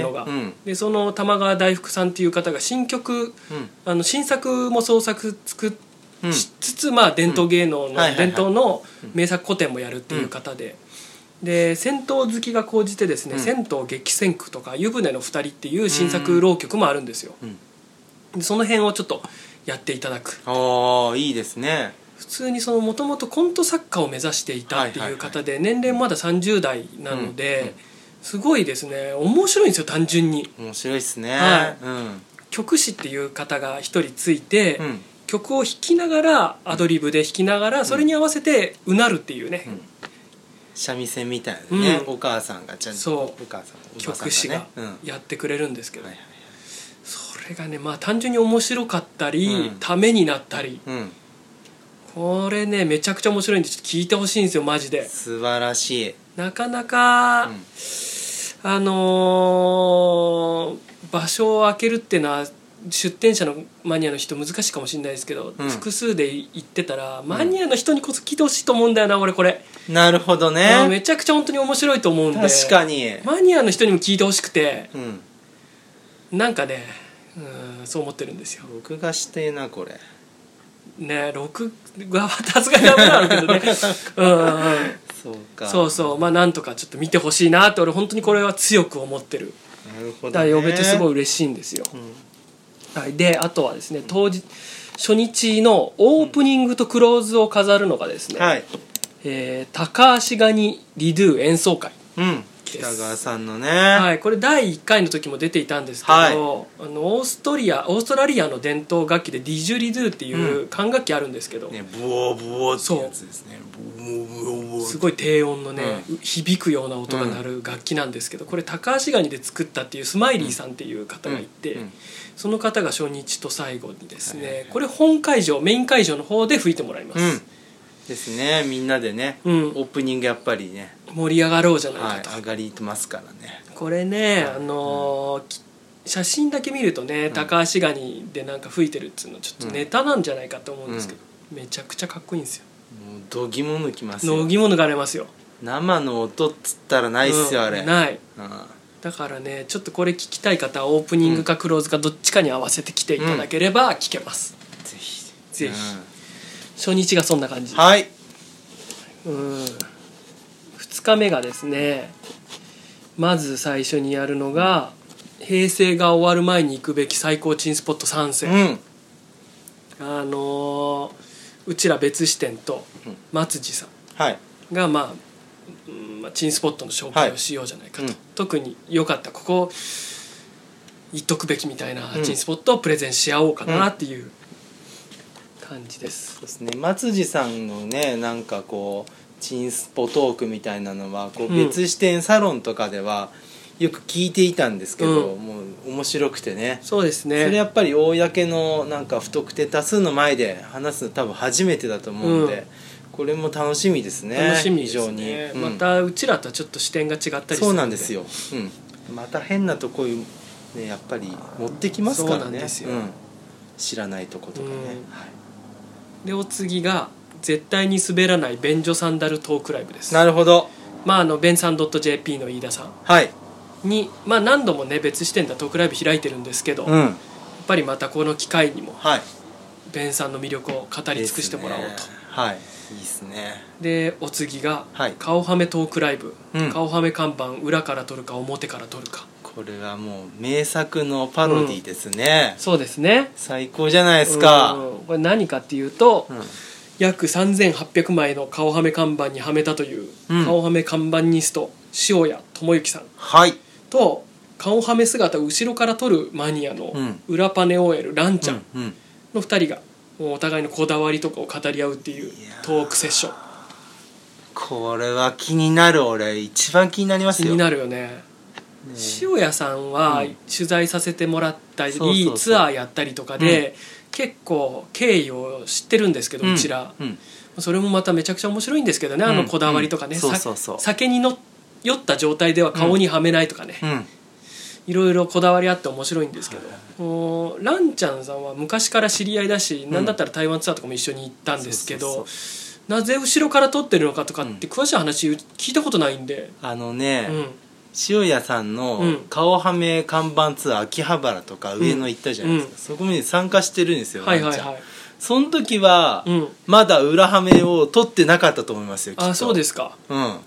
Speaker 1: てのが、
Speaker 2: えーうん
Speaker 1: でその玉川大福さんっていう方が新曲
Speaker 2: うん
Speaker 1: あの新作も創作作っ
Speaker 2: うん
Speaker 1: しつつ、まあ、伝統芸能の、
Speaker 2: うんはいはいはい
Speaker 1: 伝統の名作古典もやるっていう方で、で銭湯好きが高じてですね「
Speaker 2: うん
Speaker 1: 銭湯激戦区」とか「湯船の二人」っていう新作浪曲もあるんですよ、
Speaker 2: うん
Speaker 1: でその辺をちょっとやっていただく
Speaker 2: ああいいですね
Speaker 1: 普通にもともとコント作家を目指していたっていう方で、年齢もまだ30代なので、
Speaker 2: うんうん
Speaker 1: すごいですね面白いんですよ単純に
Speaker 2: 面白いっすね
Speaker 1: はい
Speaker 2: うん
Speaker 1: 曲師っていう方が一人ついて、
Speaker 2: うん
Speaker 1: 曲を弾きながらアドリブで弾きながらそれに合わせてうなるっていうね、
Speaker 2: ん三味線みたいなね
Speaker 1: うん
Speaker 2: お母さんがちゃん
Speaker 1: そ
Speaker 2: と
Speaker 1: う
Speaker 2: お母さんおばさん
Speaker 1: 曲師が
Speaker 2: ねうんはい
Speaker 1: やってくれるんですけど、
Speaker 2: はいはい
Speaker 1: それがねまあ単純に面白かったり、
Speaker 2: うん
Speaker 1: ためになったり
Speaker 2: うん
Speaker 1: これねめちゃくちゃ面白いんでちょっと聞いてほしいんですよマジで
Speaker 2: 素晴らしい
Speaker 1: なかなか、
Speaker 2: うん
Speaker 1: あのー場所を開けるっていうのは出店者のマニアの人難しいかもしれないですけど、
Speaker 2: うん
Speaker 1: 複数で行ってたらマニアの人にこそ聞いてほしいと思うんだよな俺これ、
Speaker 2: なるほど
Speaker 1: あー
Speaker 2: ね
Speaker 1: めちゃくちゃ本当に面白いと思うんで
Speaker 2: 確かに
Speaker 1: マニアの人にも聞いてほしくて
Speaker 2: うん
Speaker 1: なんかねうんそう思ってるんですよ
Speaker 2: 録画してえなこれ
Speaker 1: ね録画はさすがにダメなんだけど ねうんうん、うん、
Speaker 2: そうか
Speaker 1: そうそうまあなんとかちょっと見てほしいなって俺本当にこれは強く思ってる
Speaker 2: なるほど
Speaker 1: だから呼べてすごい
Speaker 2: い
Speaker 1: 嬉しいんですよ、
Speaker 2: ん
Speaker 1: はい、であとはですね当日初日のオープニングとクローズを飾るのがですね、
Speaker 2: はい
Speaker 1: えー高橋ガニリドゥ演奏会
Speaker 2: うん北川さんのね
Speaker 1: はい、これ第1回の時も出ていたんですけど、
Speaker 2: はい
Speaker 1: あのオーストリアオーストラリアの伝統楽器でディジュリドゥっていう管楽器あるんですけど、
Speaker 2: ねブオブオってやつですねブオブオブオ
Speaker 1: すごい低音のね、
Speaker 2: う
Speaker 1: 響くような音が鳴る楽器なんですけどこれ高橋ガニで作ったっていうスマイリーさんっていう方がいて、
Speaker 2: うんうん
Speaker 1: その方が初日と最後にですね、
Speaker 2: はいはいはい
Speaker 1: これ本会場メイン会場の方で吹いてもらいます、
Speaker 2: うんですねみんなでねオ
Speaker 1: うん
Speaker 2: ープニングやっぱりね
Speaker 1: 盛り上がろうじゃない
Speaker 2: は
Speaker 1: かと、
Speaker 2: い上がりてますからね
Speaker 1: これね、あのーき写真だけ見るとね、高足ガニでなんか吹いてるっつうのちょっとネタなんじゃないかと思うんですけど、めちゃくちゃかっこいいんですよ
Speaker 2: もうどぎも抜きます
Speaker 1: の
Speaker 2: よ
Speaker 1: ぎも抜かれますよ
Speaker 2: 生の音っつったらないっすよ、あれ
Speaker 1: うんない
Speaker 2: うん
Speaker 1: だからねちょっとこれ聞きたい方はオープニングかクローズかどっちかに合わせて来ていただければ聞けます、
Speaker 2: ぜひ
Speaker 1: ぜひ
Speaker 2: う
Speaker 1: 初日がそんな感じ
Speaker 2: んはい
Speaker 1: うん2日目がですねまず最初にやるのが平成が終わる前に行くべき最高珍スポット3
Speaker 2: う
Speaker 1: 選、
Speaker 2: ん
Speaker 1: あのーうちら別支店と
Speaker 2: うん
Speaker 1: 松地さ
Speaker 2: はい
Speaker 1: んがまあうんまあ珍スポットの紹介をしようじゃないかと、
Speaker 2: はいうん
Speaker 1: 特に良かったここ行っとくべきみたいな
Speaker 2: うん
Speaker 1: 珍スポットをプレゼンし合おうかなっていう感じです
Speaker 2: そう、ですね松地さんのねなんかこうチンスポトークみたいなのはこ
Speaker 1: う
Speaker 2: うん別視点サロンとかではよく聞いていたんですけど、
Speaker 1: うん
Speaker 2: もう面白くてね
Speaker 1: そうですね
Speaker 2: それやっぱり公のなんか不特定多数の前で話すの多分初めてだと思うんで、
Speaker 1: うん
Speaker 2: これも楽しみですね
Speaker 1: 楽しみで
Speaker 2: 非
Speaker 1: す
Speaker 2: 常に、
Speaker 1: ね、
Speaker 2: うん
Speaker 1: またうちらとはちょっと視点が違ったりする
Speaker 2: そうなんですよ、うん、また変なとこねやっぱり持ってきますからね
Speaker 1: そうなんですよ
Speaker 2: ん知らないとことかね、
Speaker 1: うん
Speaker 2: はい
Speaker 1: でお次が絶対に滑らない便所サンダルトークライブです
Speaker 2: なるほど
Speaker 1: まああのベンさん .jp の飯田さ
Speaker 2: はい
Speaker 1: んに、まあ、何度もね別視点だトークライブ開いてるんですけど、
Speaker 2: う
Speaker 1: やっ
Speaker 2: ん
Speaker 1: ぱりまたこの機会にも
Speaker 2: はい
Speaker 1: ベンさんの魅力を語り尽くしてもらおうと
Speaker 2: ですねはいいいですね
Speaker 1: で,、お次が、
Speaker 2: はい
Speaker 1: 顔はめトークライブ、
Speaker 2: うん
Speaker 1: 顔はめ看板裏から撮るか表から撮るか
Speaker 2: これはもう名作のパロディですね、
Speaker 1: そうですね
Speaker 2: 最高じゃないですか、
Speaker 1: うんこれ何かっていうと、
Speaker 2: うん
Speaker 1: 約3800枚の顔はめ看板にはめたという、
Speaker 2: うん
Speaker 1: 顔はめ看板ニスト塩谷智之さん
Speaker 2: はい
Speaker 1: と顔はめ姿を後ろから撮るマニアの
Speaker 2: うん
Speaker 1: 裏パネ OL ランちゃん
Speaker 2: うん、うん
Speaker 1: の2人がもうお互いのこだわりとかを語り合うっていう
Speaker 2: いやー
Speaker 1: トークセッション
Speaker 2: これは気になる俺一番気になります
Speaker 1: 気
Speaker 2: よ
Speaker 1: になるよね
Speaker 2: ね
Speaker 1: 塩谷さんは
Speaker 2: うん
Speaker 1: 取材させてもらったり
Speaker 2: そうそうそう
Speaker 1: ツアーやったりとかで結構経緯を知ってるんですけどうちら
Speaker 2: うんうん
Speaker 1: それもまためちゃくちゃ面白いんですけどねあ
Speaker 2: う
Speaker 1: の
Speaker 2: ん
Speaker 1: こだわりとかね
Speaker 2: うんそう
Speaker 1: さ
Speaker 2: そうそう
Speaker 1: 酒にの酔った状態では顔にはめないとかね
Speaker 2: うん
Speaker 1: いろいろこだわりあって面白いんですけど、もうランちゃんさんは昔から知り合いだし、
Speaker 2: ん
Speaker 1: なんだったら台湾ツアーとかも一緒に行ったんですけど
Speaker 2: そうそう
Speaker 1: なぜ後ろから撮ってるのかとかって詳しい話聞いたことないんで、
Speaker 2: あのね、
Speaker 1: うん
Speaker 2: 塩屋さんの
Speaker 1: うん
Speaker 2: 顔はめ看板ツアー秋葉原とか上野行ったじゃないですか、
Speaker 1: うん
Speaker 2: そこに参加してるんですよ、
Speaker 1: はい
Speaker 2: ワン
Speaker 1: は
Speaker 2: ち
Speaker 1: い
Speaker 2: ゃ
Speaker 1: は
Speaker 2: ん
Speaker 1: い、
Speaker 2: その時は、
Speaker 1: うん、
Speaker 2: まだ裏はめを取ってなかったと思いますよきっと
Speaker 1: あそうですすか
Speaker 2: うん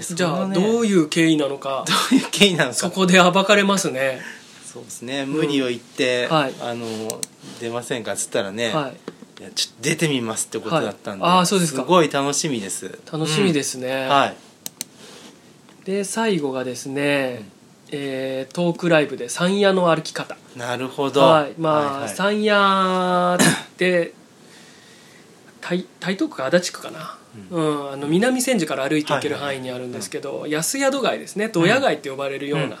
Speaker 1: そ
Speaker 2: そのね
Speaker 1: じゃあどういう経緯なの か
Speaker 2: ういう経緯なのか
Speaker 1: そこで暴かれますね、
Speaker 2: そうですね無理を言って、
Speaker 1: はい
Speaker 2: あの出ませんかっつったらね、
Speaker 1: はい、
Speaker 2: いやちょっと出てみますってことだったんで、
Speaker 1: はいあーそうですか
Speaker 2: ごい楽しみです、
Speaker 1: 楽しみですすね、
Speaker 2: うんはい
Speaker 1: で最後がですね、えートークライブで山野の歩き方
Speaker 2: なるほど
Speaker 1: はい、まあ、
Speaker 2: はいはい
Speaker 1: 三夜って 台台東区か足立区かな、うんあの南千住から歩いていける範囲にあるんですけど、安宿街ですね土屋街って呼ばれるような、
Speaker 2: うん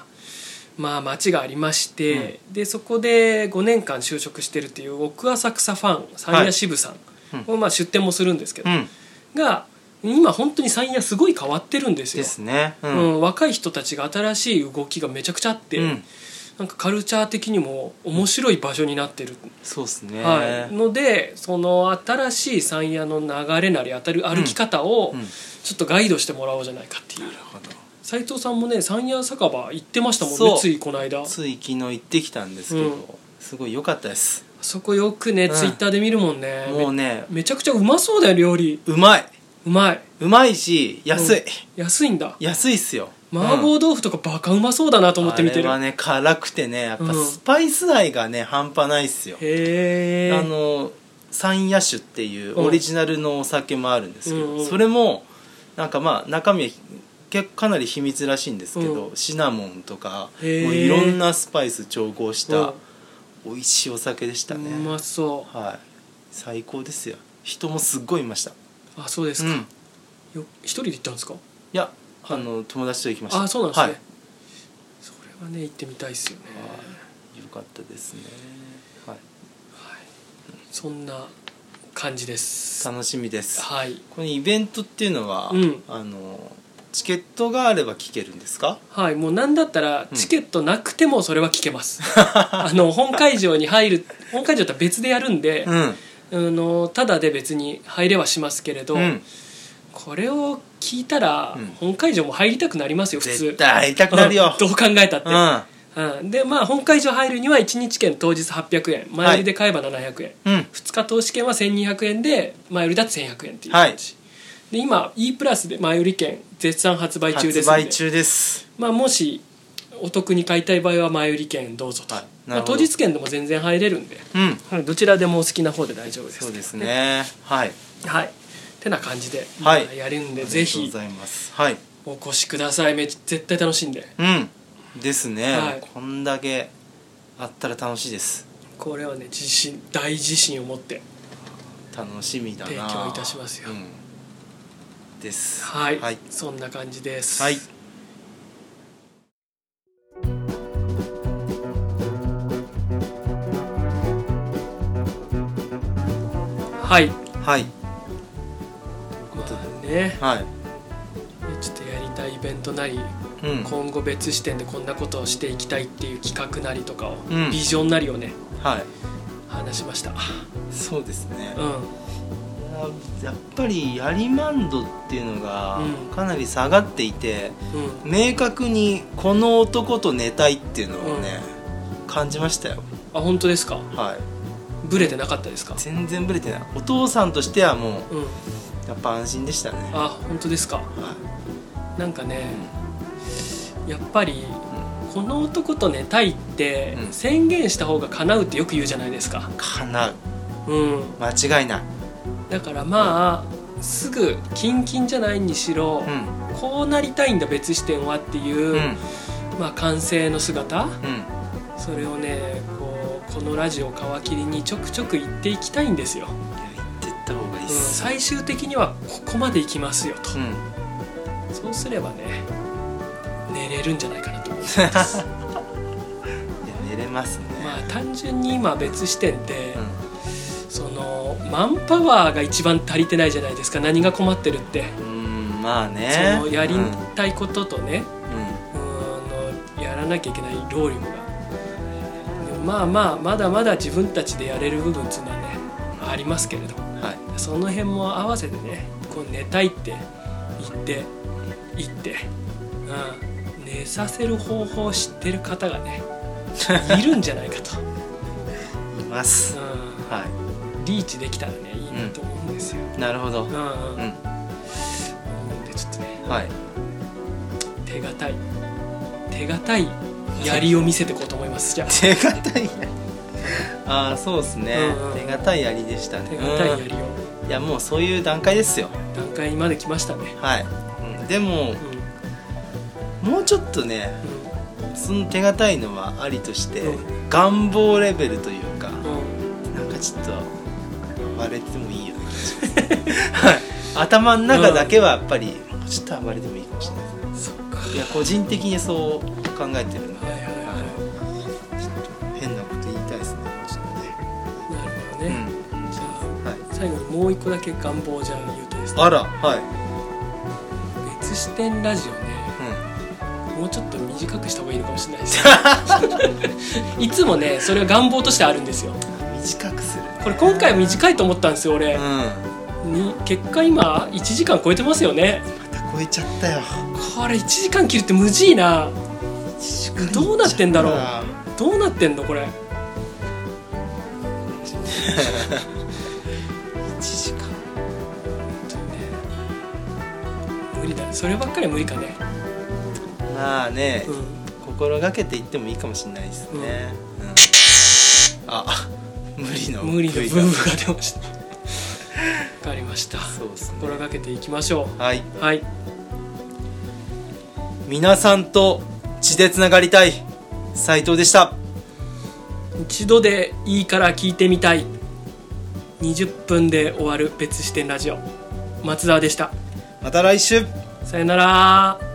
Speaker 1: まあ、町がありまして、でそこで5年間就職してるっていう奥浅草ファン三
Speaker 2: は
Speaker 1: 夜
Speaker 2: い
Speaker 1: 支部さんを、まあ、出店もするんですけど、
Speaker 2: うん
Speaker 1: が今本当に三夜すごい変わってるんですよ。
Speaker 2: ですねう、
Speaker 1: うんん若い人たちが新しい動きがめちゃくちゃあって、
Speaker 2: うん
Speaker 1: なんかカルチャー的にも面白い場所になってる、
Speaker 2: そうですね、
Speaker 1: はい、のでその新しい山野の流れなり当たる歩き方を
Speaker 2: うん
Speaker 1: ちょっとガイドしてもらおうじゃないかっていう
Speaker 2: なるほど
Speaker 1: 斉藤さんもね山野酒場行ってましたもん
Speaker 2: そ
Speaker 1: ね
Speaker 2: う
Speaker 1: ついこの間
Speaker 2: つい昨日行ってきたんですけど、
Speaker 1: うん
Speaker 2: すごい良かったです
Speaker 1: そこよくね、
Speaker 2: うん
Speaker 1: ツイッターで見るもんね
Speaker 2: もうね
Speaker 1: めめちゃくちゃうまそうだよ料理
Speaker 2: うまいう
Speaker 1: まいう
Speaker 2: まいし安い、
Speaker 1: 安いんだ
Speaker 2: 安いっすよ
Speaker 1: 麻
Speaker 2: うん
Speaker 1: 婆豆腐とかバカうまそうだなと思って見てる、
Speaker 2: あれはね辛くてねやっぱ
Speaker 1: うん
Speaker 2: スパイス愛がね、半端ないっすよ
Speaker 1: へえ
Speaker 2: あの三野酒っていう
Speaker 1: うん
Speaker 2: オリジナルのお酒もあるんですけど、
Speaker 1: うんうん
Speaker 2: それもなんかまあ中身は結構かなり秘密らしいんですけど、シナモンとかもう
Speaker 1: へー
Speaker 2: いろんなスパイス調合し
Speaker 1: うん
Speaker 2: た美味しいお酒でした
Speaker 1: う
Speaker 2: ね、
Speaker 1: まそう
Speaker 2: はい最高ですよ人もすっごいいました
Speaker 1: あそうです
Speaker 2: う
Speaker 1: か、
Speaker 2: ん
Speaker 1: よ一人で行ったんですか
Speaker 2: いやあの友達と行きました
Speaker 1: あそうなんですね、
Speaker 2: は
Speaker 1: それはね行ってみたいですよね、
Speaker 2: い、よかったですね、はい、
Speaker 1: そんな感じです
Speaker 2: 楽しみです
Speaker 1: はい
Speaker 2: このイベントっていうのは、
Speaker 1: うん
Speaker 2: あのチケットがあれば聞けるんですか
Speaker 1: はい、もう何だったらチケットなくてもそれは聞け ます、あの本会場に入る本会場とは別でやるんで、
Speaker 2: ん
Speaker 1: あのただで別に入れはしますけれど、
Speaker 2: うん
Speaker 1: これを聞いたら
Speaker 2: うん
Speaker 1: 本会場も入りたくなりますよ普通
Speaker 2: 絶対会いたくなるよ
Speaker 1: うんどう考えたって、
Speaker 2: う
Speaker 1: うんでまあ本会場入るには1日券当日800円前売りで買えば700円、
Speaker 2: んうん
Speaker 1: 2日投資券は1200円で前売りだと1100円っていう
Speaker 2: はい
Speaker 1: 感じ、で今 E プラスで前売り券絶賛発売中ですんで
Speaker 2: 発売中です
Speaker 1: まあ、もしお得に買いたい場合は前売り券どうぞと、
Speaker 2: はい
Speaker 1: ま
Speaker 2: なる
Speaker 1: あ、
Speaker 2: ほど
Speaker 1: 当日券でも全然入れるんで、
Speaker 2: うん
Speaker 1: はいどちらでもお好きな方で大丈夫です
Speaker 2: そうです ねはい
Speaker 1: はいてな感じで、
Speaker 2: はい
Speaker 1: まあやるんでぜ
Speaker 2: あり
Speaker 1: ひ
Speaker 2: がとうございますはい
Speaker 1: お越しくださいめっちゃ絶対楽しいんで
Speaker 2: うんですね、
Speaker 1: はい
Speaker 2: こんだけあったら楽しいです
Speaker 1: これはね自信大自信を持って
Speaker 2: 楽しみだな
Speaker 1: 提供いたしますよ
Speaker 2: うんです
Speaker 1: はい、
Speaker 2: はい、
Speaker 1: そんな感じです
Speaker 2: はい
Speaker 1: はい
Speaker 2: はい
Speaker 1: まあね
Speaker 2: はい
Speaker 1: ちょっとやりたいイベントなり
Speaker 2: うん
Speaker 1: 今後別視点でこんなことをしていきたいっていう企画なりとかを、
Speaker 2: うん
Speaker 1: ビジョンなりをね
Speaker 2: はい
Speaker 1: 話しました
Speaker 2: そうですね
Speaker 1: うん
Speaker 2: やっぱりやりマンドっていうのが
Speaker 1: うん
Speaker 2: かなり下がっていて、
Speaker 1: うん
Speaker 2: 明確にこの男と寝たいっていうのをね、感じましたよ
Speaker 1: あ本当ですか
Speaker 2: はい
Speaker 1: ブレてなかったですか
Speaker 2: 全然ブレてないお父さんとしてはも
Speaker 1: うん
Speaker 2: うやっぱ安心でしたね
Speaker 1: あ本当ですか
Speaker 2: は
Speaker 1: なんかねやっぱりこの男と寝たいって
Speaker 2: うん
Speaker 1: 宣言した方が叶うってよく言うじゃないですか
Speaker 2: い叶う
Speaker 1: うん
Speaker 2: 間違いない
Speaker 1: だからまあすぐキンキンじゃないにしろ、
Speaker 2: うん
Speaker 1: こうなりたいんだ別視点はっていう、
Speaker 2: うん
Speaker 1: まあ完成の姿
Speaker 2: うん
Speaker 1: それをねこうこのラジオを皮切りにちょくちょく言っていきたいんですよ、
Speaker 2: いや言ってった方がいいっ
Speaker 1: うん
Speaker 2: す
Speaker 1: 最終的にはここまで行きますよと、
Speaker 2: うん、
Speaker 1: そうすればね寝れるんじゃないかなと思います
Speaker 2: いや寝れますね、
Speaker 1: まあ単純に今別視点って、
Speaker 2: うん
Speaker 1: そのマンパワーが一番足りてないじゃないですか何が困ってるって、
Speaker 2: うんまあね
Speaker 1: そのやり
Speaker 2: うんうん
Speaker 1: たいこととね、うーんやらなきゃいけない労力がでもまあまあまだまだ自分たちでやれる部分っていうのはねありますけれど
Speaker 2: はい
Speaker 1: その辺も合わせてねこう寝たいって言って言って、うん、寝させる方法を知ってる方がねいるんじゃないかと、
Speaker 2: います、
Speaker 1: う
Speaker 2: は
Speaker 1: ん、リーチできたらねいいなと思うんですよ、
Speaker 2: いなるほど、う
Speaker 1: うん
Speaker 2: ん
Speaker 1: うんうん、でちょっとね
Speaker 2: はい
Speaker 1: 手堅い手堅い槍を見せていこうと思いますじゃあ
Speaker 2: 手堅いああそうですね、
Speaker 1: うんうん
Speaker 2: 手堅いやりでしたね
Speaker 1: 手堅い槍を
Speaker 2: うんいやもうそういう段階ですよ
Speaker 1: 段階まで来ましたね
Speaker 2: はい、うんでも
Speaker 1: うん
Speaker 2: もうちょっとねその手堅いのはありとして、
Speaker 1: う
Speaker 2: 願望レベルというか
Speaker 1: うん
Speaker 2: なんかちょっと割れてもいいような気がします、はい、頭の中だけはやっぱり、ちょっと暴れてもいいかもしれない
Speaker 1: うんそっか
Speaker 2: いや個人的にそう考えてる
Speaker 1: はい
Speaker 2: の
Speaker 1: はいは
Speaker 2: 変なこと言いたいですねちょっとね
Speaker 1: いなるほどね、じゃ
Speaker 2: うんはい
Speaker 1: あ最後にもう一個だけ願望をじゃあ言うとですね
Speaker 2: あらは
Speaker 1: 別視点ラジオね
Speaker 2: い、うん
Speaker 1: もうちょっと短くした方がいいのかもしれないです いつもねそれは願望としてあるんですよ
Speaker 2: 短くする、
Speaker 1: これ今回短いと思ったんですよ俺
Speaker 2: うん、、ま
Speaker 1: に結果今1時間超えてますよね
Speaker 2: た超えちゃったよ
Speaker 1: これ1時間切るって無事いなどうなってんだろうどうなってんの これ
Speaker 2: 1時間
Speaker 1: 無理だそればっかりは無理かね
Speaker 2: まあね、
Speaker 1: う
Speaker 2: 心がけていってもいいかもしれないですね、うんあ無理の
Speaker 1: ん無理のブ
Speaker 2: 部位
Speaker 1: ー
Speaker 2: だ
Speaker 1: ムが出ましたわかりました
Speaker 2: そうですね
Speaker 1: 心がけていきましょ
Speaker 2: はいう
Speaker 1: はい
Speaker 2: 皆さんと血でつながりたい斉藤でした
Speaker 1: 一度でいいから聞いてみたい20分で終わる別視点ラジオ松沢でした
Speaker 2: また来週
Speaker 1: さよなら